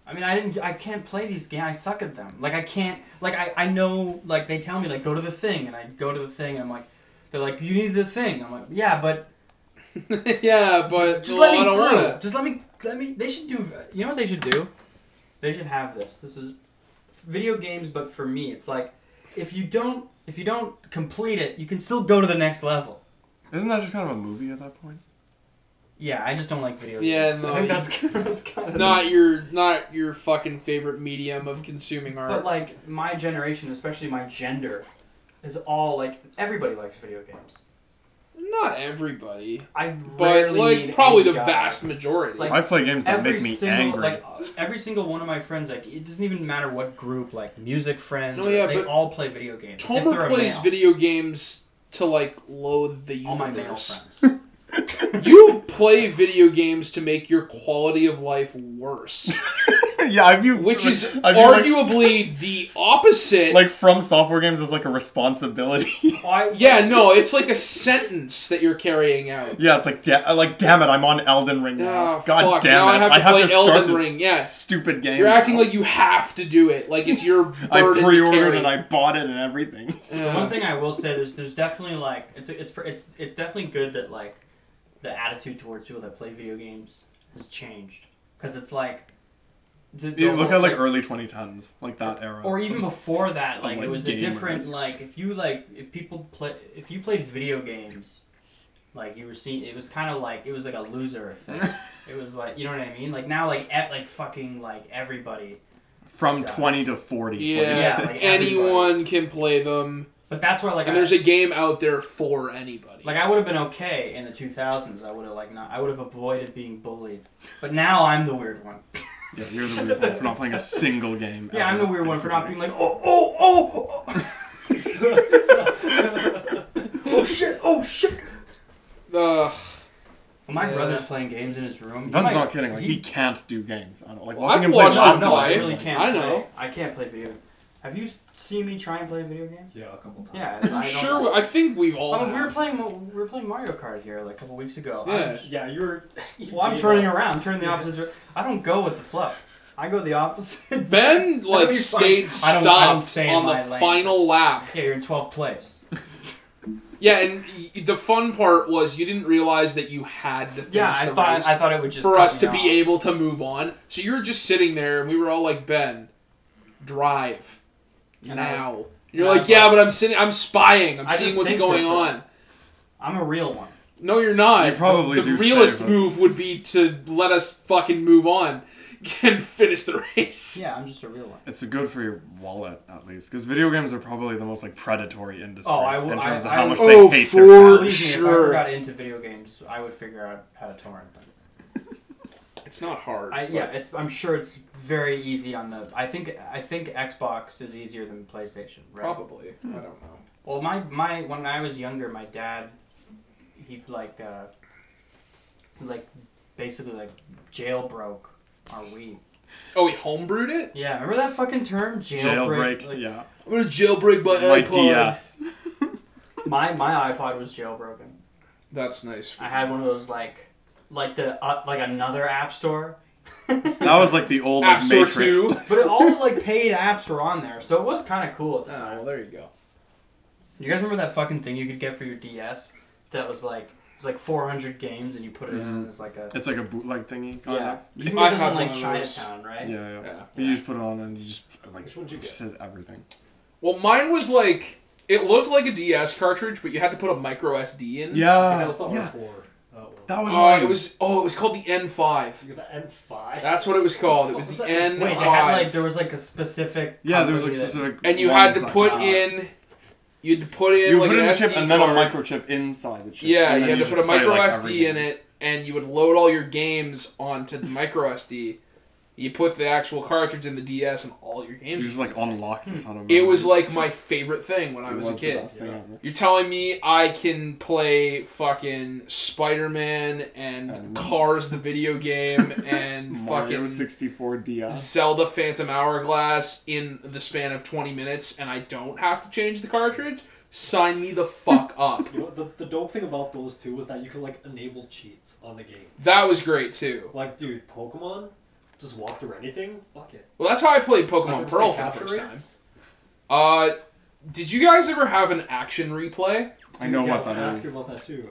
A: I mean, I didn't. I can't play these games. I suck at them. Like I can't. Like I, I know. Like they tell me like go to the thing, and I go to the thing, and I'm like, they're like you need the thing. I'm like yeah, but
B: <laughs> yeah, but
A: just
B: well,
A: let
B: I don't
A: me through.
B: wanna.
A: Just let me. Let me. They should do. You know what they should do? They should have this. This is video games, but for me, it's like if you don't if you don't complete it, you can still go to the next level.
C: Isn't that just kind of a movie at that point?
A: Yeah, I just don't like video
B: Yeah,
A: games. <laughs> I
B: no,
A: think
B: you-
A: that's kind of, that's kind of
B: Not your, not your fucking favorite medium of consuming art.
A: But like my generation, especially my gender, is all like everybody likes video games.
B: Not everybody,
A: I
B: but
A: rarely
B: like
A: meet
B: probably
A: any
B: the
A: guy.
B: vast majority.
A: Like,
C: I play games that
A: every
C: make me
A: single
C: angry.
A: like every single one of my friends like it doesn't even matter what group like music friends
B: No,
A: or-
B: yeah,
A: they
B: but
A: all play video games. if they're
B: Tomer
A: a
B: plays
A: male.
B: video games to like loathe the
A: all my male
B: universe. <laughs>
A: friends.
B: You play video games to make your quality of life <laughs> worse,
C: <laughs> yeah, I view
B: which is
C: I view, like-
B: arguably the <laughs> opposite.
C: like from software games as like a responsibility. <laughs>
A: I,
B: yeah, no, it's like a sentence that you're carrying out.
C: yeah, it's like da- like damn it, I'm on Elden Ring now.
B: Ah,
C: God
B: fuck.
C: damn
B: now
C: it,
B: I have to play
C: start
B: Elden
C: this
B: Ring. Yes,
C: stupid game.
B: you're acting like you have to do it. Like it's your burden.
C: <laughs> I
B: to
C: pre-ordered
B: carry.
C: and I bought it and everything.
A: <laughs>
B: Yeah.
A: One thing I will say there's there's definitely like it's it's it's it's definitely good that like the attitude towards people that play video games has changed because it's like the, the
C: You look
A: whole-
C: at like early 2010s, like that era.
A: or
C: <laughs>
A: even <laughs> before that like,
C: like,
A: it was a
C: gamers.
A: different like if you like if people play if you played video games like you were seen it was kind of like it was like a loser thing it was like you know what i mean like now like at like fucking like everybody
C: from
A: Yes.
C: 20 to 40. please.
B: Yeah,
A: Yeah, like
B: anyone can play them,
A: but that's where like
B: and
A: I,
B: there's a game out there for anybody.
A: Like I would have been okay in the 2000s. I would have like not. I would have avoided being bullied. But now I'm the weird one.
C: Yeah, you're the weird one for not playing a single game.
A: Yeah, I'm the
C: ever,
A: weird one for not being
C: basically.
A: like, oh, oh, oh, oh, <laughs>
D: <laughs>
A: oh shit, oh shit.
B: Ugh.
A: Well, my
B: Yeah.
A: brother's playing games in his room. He
C: Ben's
A: might-
C: not kidding. Like he, can't do games. I don't like
B: Well,
C: watching
B: I've
C: him play.
B: watched
A: no,
C: Just
B: his
A: no, I
B: life.
C: Dance.
A: really can't.
B: I
A: play-
B: know.
A: I can't play video. Have you seen me try and play a video game?
D: Yeah, a couple times.
A: Yeah.
B: I'm
A: I don't-
B: <laughs> sure. I think we've all.
A: I mean, we were
B: have.
A: playing we were playing Mario Kart here like a couple weeks ago.
B: Yeah.
A: I'm-
D: Yeah, you're.
A: well, I'm
D: you
A: turning
D: know.
A: around, turning the opposite. dir- I don't go with the fluff. I go the opposite.
B: <laughs> Ben like
A: be fine.
B: stayed
A: I don't- I don't
B: stopped
A: stay in
B: on
A: my
B: the
A: lane.
B: final lap.
A: yeah, you're in 12th place.
B: Yeah, and y- the fun part was you didn't realize that you had to finish
A: Yeah, I
B: the
A: thought
B: race
A: I thought it would just
B: for
A: cut
B: us
A: me
B: to
A: off.
B: be able to move on. So you were just sitting there, and we were all like, "Ben, drive
A: And I was-
B: now." You're
A: and I
B: like,
A: was
B: "Yeah,
A: like-
B: but I'm sitting. I'm spying. I'm
A: I
B: seeing
A: just
B: what's
A: think
B: going
A: different.
B: on."
A: I'm a real one.
B: No, you're not.
C: You probably
B: the
C: do
B: realest
C: save us.
B: move would be to let us fucking move on <laughs> and finish the race.
A: Yeah, I'm just a real one.
C: It's good for your wallet, at least, because video games are probably the most like predatory industry
A: Oh, I w-
C: in
A: I-
C: terms of
A: I
C: how
A: would-
C: much
B: Oh,
C: they hate
B: for-
C: their
A: Believe me,
C: fans.
A: if I
B: Sure.
A: ever got into video games, I would figure out how to torrent them.
B: It's not hard.
A: I,
B: but-
A: yeah, it's, I'm sure it's very easy on the. I think I think Xbox is easier than PlayStation, right?
B: Probably. I don't know.
A: Well, my my when I was younger, my dad, he like uh, like basically like jailbroke our Wii.
B: Oh, he homebrewed it?
A: Yeah, remember that fucking term jailbreak?
C: Jailbreak,
A: Like,
C: yeah,
B: I'm gonna jailbreak my
C: like DS.
A: My my iPod was jailbroken.
B: That's nice. For
A: I had one of those like like the uh, like another app store. <laughs>
C: That was like the old
B: App
C: like,
B: Store
C: Matrix.
B: 2.
A: But it, all the like paid apps were on there, so it was kind of cool at the
B: Oh,
A: time.
B: well, there you go.
A: You guys remember that fucking thing you could get for your DS that was like it was like 400 games and you put it in and it's like a
C: <laughs> Mm-hmm. It's like a bootleg thingy. Kind
A: yeah. You can
B: I
A: get those
B: had
A: in like
B: one of those.
A: Chinatown,
C: of.
A: right?
C: Yeah, yeah,
B: Yeah.
C: You just put it on and you just like
D: Which one'd you
C: it
D: get?
C: says everything.
B: Well, mine was like it looked like a DS cartridge, but you had to put a micro SD in.
D: I
C: Yeah,
D: was thought
C: yeah.
D: yeah. four. Oh, well.
C: That was.
B: Oh,
C: mine.
B: it was. Oh, it was called the N5.
D: You got the N five.
B: That's what it was called. It was the
D: What the
B: N5.
D: fuck
A: <laughs>
D: was
A: Wait, they had like there was like a specific
C: Yeah, there was like
A: company that-
C: specific.
B: and you
C: lines
B: had to
C: that-
B: put
C: Ah.
B: in. You had to put in
C: You
B: like
C: put
B: an
C: in a
B: SD
C: chip and then a
B: card.
C: microchip inside the chip.
B: Yeah, you
C: And then
B: had to
C: just
B: put a
C: play,
B: micro
C: like,
B: SD in
C: everything.
B: it, and you would load all your games onto the micro SD. You put the actual cartridge in the DS, and all your
C: You
B: games.
C: just like unlocked a ton of.
B: it was
C: memories.
B: like my favorite thing when I
C: It
B: was a
C: the
B: kid.
C: best thing
D: Yeah.
C: ever.
B: You're telling me I can play fucking Spider Man and
C: And-
B: Cars the video
C: <laughs>
B: game and
C: Mario
B: fucking
C: 64 DS.
B: Zelda Phantom Hourglass in the span of 20 minutes and I don't have to change the cartridge? Sign me the
C: <laughs>
B: fuck up.
D: You know, the, the dope thing about those two was that you could like enable cheats on the game.
B: That was great too.
D: Like, dude, Pokemon, just walk through anything. Fuck it.
B: Well, that's how I played Pokemon
D: 100%
B: Pearl for the
D: capture
B: first time.
D: rates.
B: Uh, did you guys ever have an action replay?
C: I know
D: Dude, yeah,
C: what that
D: I was gonna ask
C: is.
D: you about that too.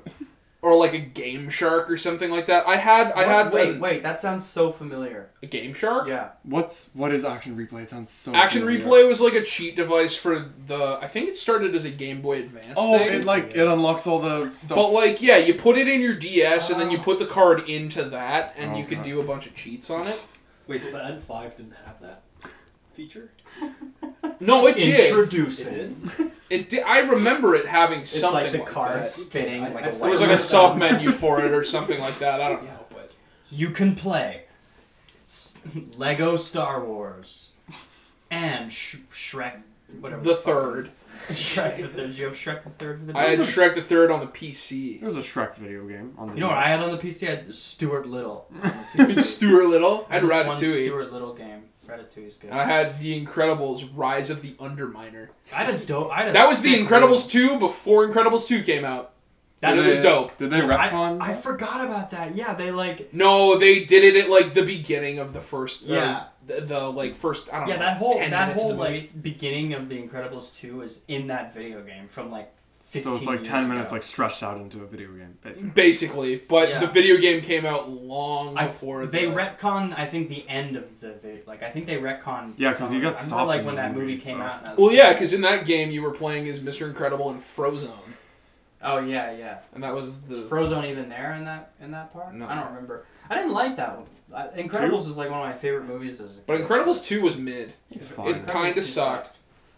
B: or like a Game Shark or something like that. I had I
A: What?
B: had
A: wait,
B: an-
A: wait, that sounds so familiar.
B: a Game Shark.
A: Yeah.
C: What's what is action replay? It sounds so.
B: Action
C: familiar.
B: Replay was like a cheat device for the. I think it started as a Game Boy Advance.
C: Oh,
B: thing.
C: it like it unlocks all the stuff.
B: But like, yeah, you put it in your DS and then you
D: Oh.
B: put the card into that, and
C: Oh,
B: you could
C: God.
B: do a bunch of cheats on it.
D: Wait, so the N five didn't have that feature?
B: No, Oh, it did.
A: Introduce
D: It did.
B: It did. I remember it having
A: It's
B: something
A: like the card
B: that.
A: spinning
D: I-
A: like
D: I-
A: a
D: there
B: There
A: white
B: was like a
A: ribbon.
B: sub menu for it or something like that. I don't know, but
A: You can play <laughs> S- Lego Star Wars and Sh- Shrek. Whatever.
B: the third.
A: <laughs> Shrek the third. Did you have Shrek the third for the
B: I had
A: DS?
B: Shrek the third on the PC.
C: There was a Shrek video game on the.
A: You know what I
C: DS.
A: had on the PC? I had Stuart Little. on the
B: <laughs>
A: PC. <laughs>
B: Stuart Little. I had
A: This One
B: Ratatouille.
A: Stuart Little game. Ratatouille's good.
B: And I had The Incredibles: Rise of the Underminer.
A: I had a dope. I had a
B: That was The
A: sick
B: Incredibles
A: room.
B: 2 before Incredibles 2 came out.
A: That
B: it
C: Did
B: was
C: they-
B: dope.
C: Did
A: I,
C: they retcon?
A: I forgot about that. Yeah, they like.
B: No, they did it at like the beginning of the first. or
A: Yeah.
B: The, the like first. I don't
A: Yeah,
B: know.
A: that whole
B: 10
A: that
B: minutes
A: whole
B: of the movie.
A: like beginning of The Incredibles two is in that video game from like. 15
C: So it's like
A: years
C: ten minutes,
A: ago.
C: like stretched out into a video game, basically.
B: Basically, but
A: Yeah.
B: the video game came out long
A: I-
B: before.
A: they
B: the,
A: retcon I think the end of the video. Like I think they retcon.
C: Yeah, 'cause you
A: I
C: got
A: remember,
C: stopped
A: like
C: in
A: when
C: the
A: that movie,
C: movie,
A: came
C: so-
A: out. And I was
B: Well,
A: like,
B: yeah, because in that game you were playing as Mr. Incredible and Frozone,
A: Oh yeah, yeah.
B: and that
A: Was
B: was the.
A: Frozone even there in that in that part?
B: No.
A: I don't remember. I didn't like that one. I, Incredibles is like one of my favorite movies. As a
B: But
A: kid.
B: Incredibles 2 was mid.
C: It's
B: It-
C: fine.
B: It
A: Incredibles
B: kind
A: 2
B: of sucked.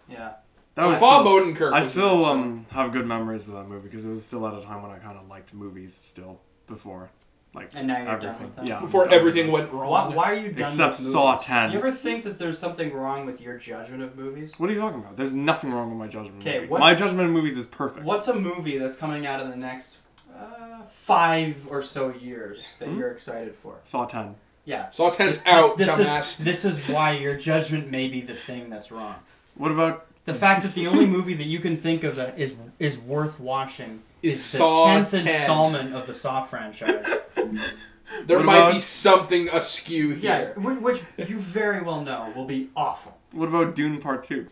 A: Yeah.
C: That was.
B: Bob
C: still-
B: Odenkirk.
C: I
B: was in
C: still
B: it, so-
C: um have good memories of that movie because it was still at a time when I kind of liked movies still before, like
A: And now you're done
C: everything.
A: with them.
C: Yeah.
B: Before
C: I'm- I'm
B: everything
C: done.
B: went
A: Why,
B: wrong.
A: why are you done
C: Except
A: with movies?
C: Saw 10.
A: You ever think that there's something wrong with your judgment of movies?
C: What are you talking about? There's nothing wrong with my judgment. of
A: Okay,
C: movies.
A: what's-
C: my judgment of movies is perfect.
A: What's a movie that's coming out in the next uh, five or so years that
C: Hmm?
A: you're excited for?
C: Saw ten.
A: Yeah.
B: Saw 10's
A: This-
B: out,
A: this
B: dumbass.
A: Is, this is why your judgment may be the thing that's wrong.
C: What about
A: The fact that the only movie that you can think of that is is worth watching
B: Is
A: the
B: Saw
A: tenth
B: 10. <laughs>
A: installment of the Saw franchise.
B: There
C: What
B: might
C: about-
B: be something askew
A: Yeah,
B: here.
A: which, which you very well know will be awful.
C: What about Dune Part Two?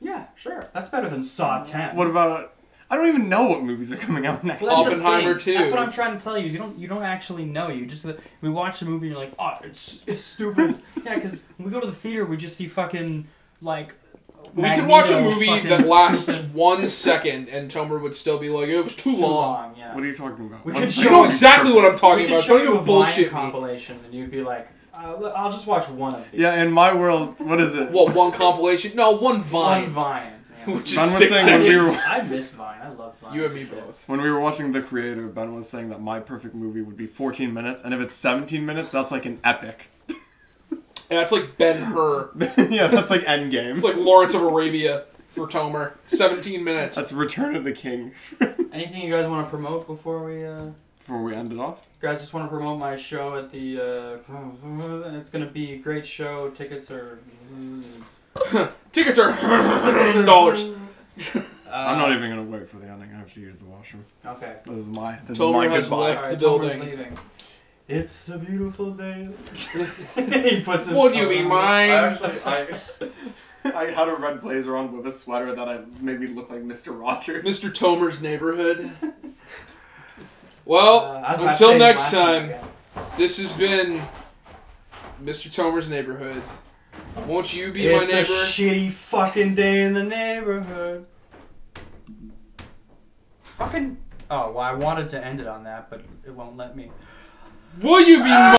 A: Yeah, sure. That's better than Saw 10.
C: What about? I don't even know what movies are coming out next.
A: Well, that's the
B: Oppenheimer
A: thing.
B: too.
A: That's what I'm trying to tell you. Is you don't you don't actually know. You just we watch the movie and you're like, oh, it's it's
B: <laughs>
A: stupid. yeah, because we go to the theater, we just see fucking like.
B: We could watch a
A: Magneto
B: movie
A: fucking <laughs>
B: that lasts one second, and Tomer would still be like, "It was too,
A: too
B: long."
A: long. Yeah.
C: What are you talking about?
A: We
C: One
A: could show
B: You
C: second.
B: know exactly what I'm
A: we
B: talking
A: could
B: about.
A: show
B: Don't
A: you a
B: even
A: bullshit
B: bullshit me.
A: compilation, and you'd be like, uh, l- I'll just watch one of these.
C: Yeah, in my world, what is it?
B: What one compilation? No, one
A: One
B: vine,
A: Vine. Yeah.
B: which is
C: Vine was
B: six
C: saying when we
B: seconds.
C: were-
A: I miss Vine. I love Vine.
B: You
A: as
B: and
A: a
B: me
A: kid.
B: both.
C: When we were watching The Creator, Ben was saying that my perfect movie would be 14 minutes, and if it's 17 minutes, that's like an epic. <laughs>
B: And that's like Ben Hur.
C: yeah, that's like Endgame.
B: It's like Lawrence of Arabia for Tomer. Seventeen minutes.
C: that's Return of the King. <laughs>
A: Anything you guys want to promote before we? Uh...
C: Before we end it off,
A: You guys just want to promote my show at the uh, <laughs> and it's gonna be a great show tickets are
B: Tickets are dollars.
A: <laughs> uh,
C: I'm not even gonna wait for the ending. I have to use the washroom.
A: okay
C: This is my this
B: Tomer
C: is my
B: has
C: goodbye.
B: left.
A: Alright,
B: the
A: Tomer's
B: building.
A: leaving. it's a beautiful day <laughs> he puts his
B: What do you mean,
C: I
B: mine?
C: actually I <laughs> I had a red blazer on with a sweater that I made me look like Mr. Rogers.
B: Mr. Tomer's neighborhood.
A: Uh,
B: Well,
A: I was about to
B: Oh, until
A: say last
B: next
A: week
B: time.
A: again.
B: This has been Mr. Tomer's neighborhood. Won't you be
A: it's
B: my neighbor?
A: a shitty fucking day in the neighborhood fucking oh well I wanted to end it on that but it won't let me
B: Will you be my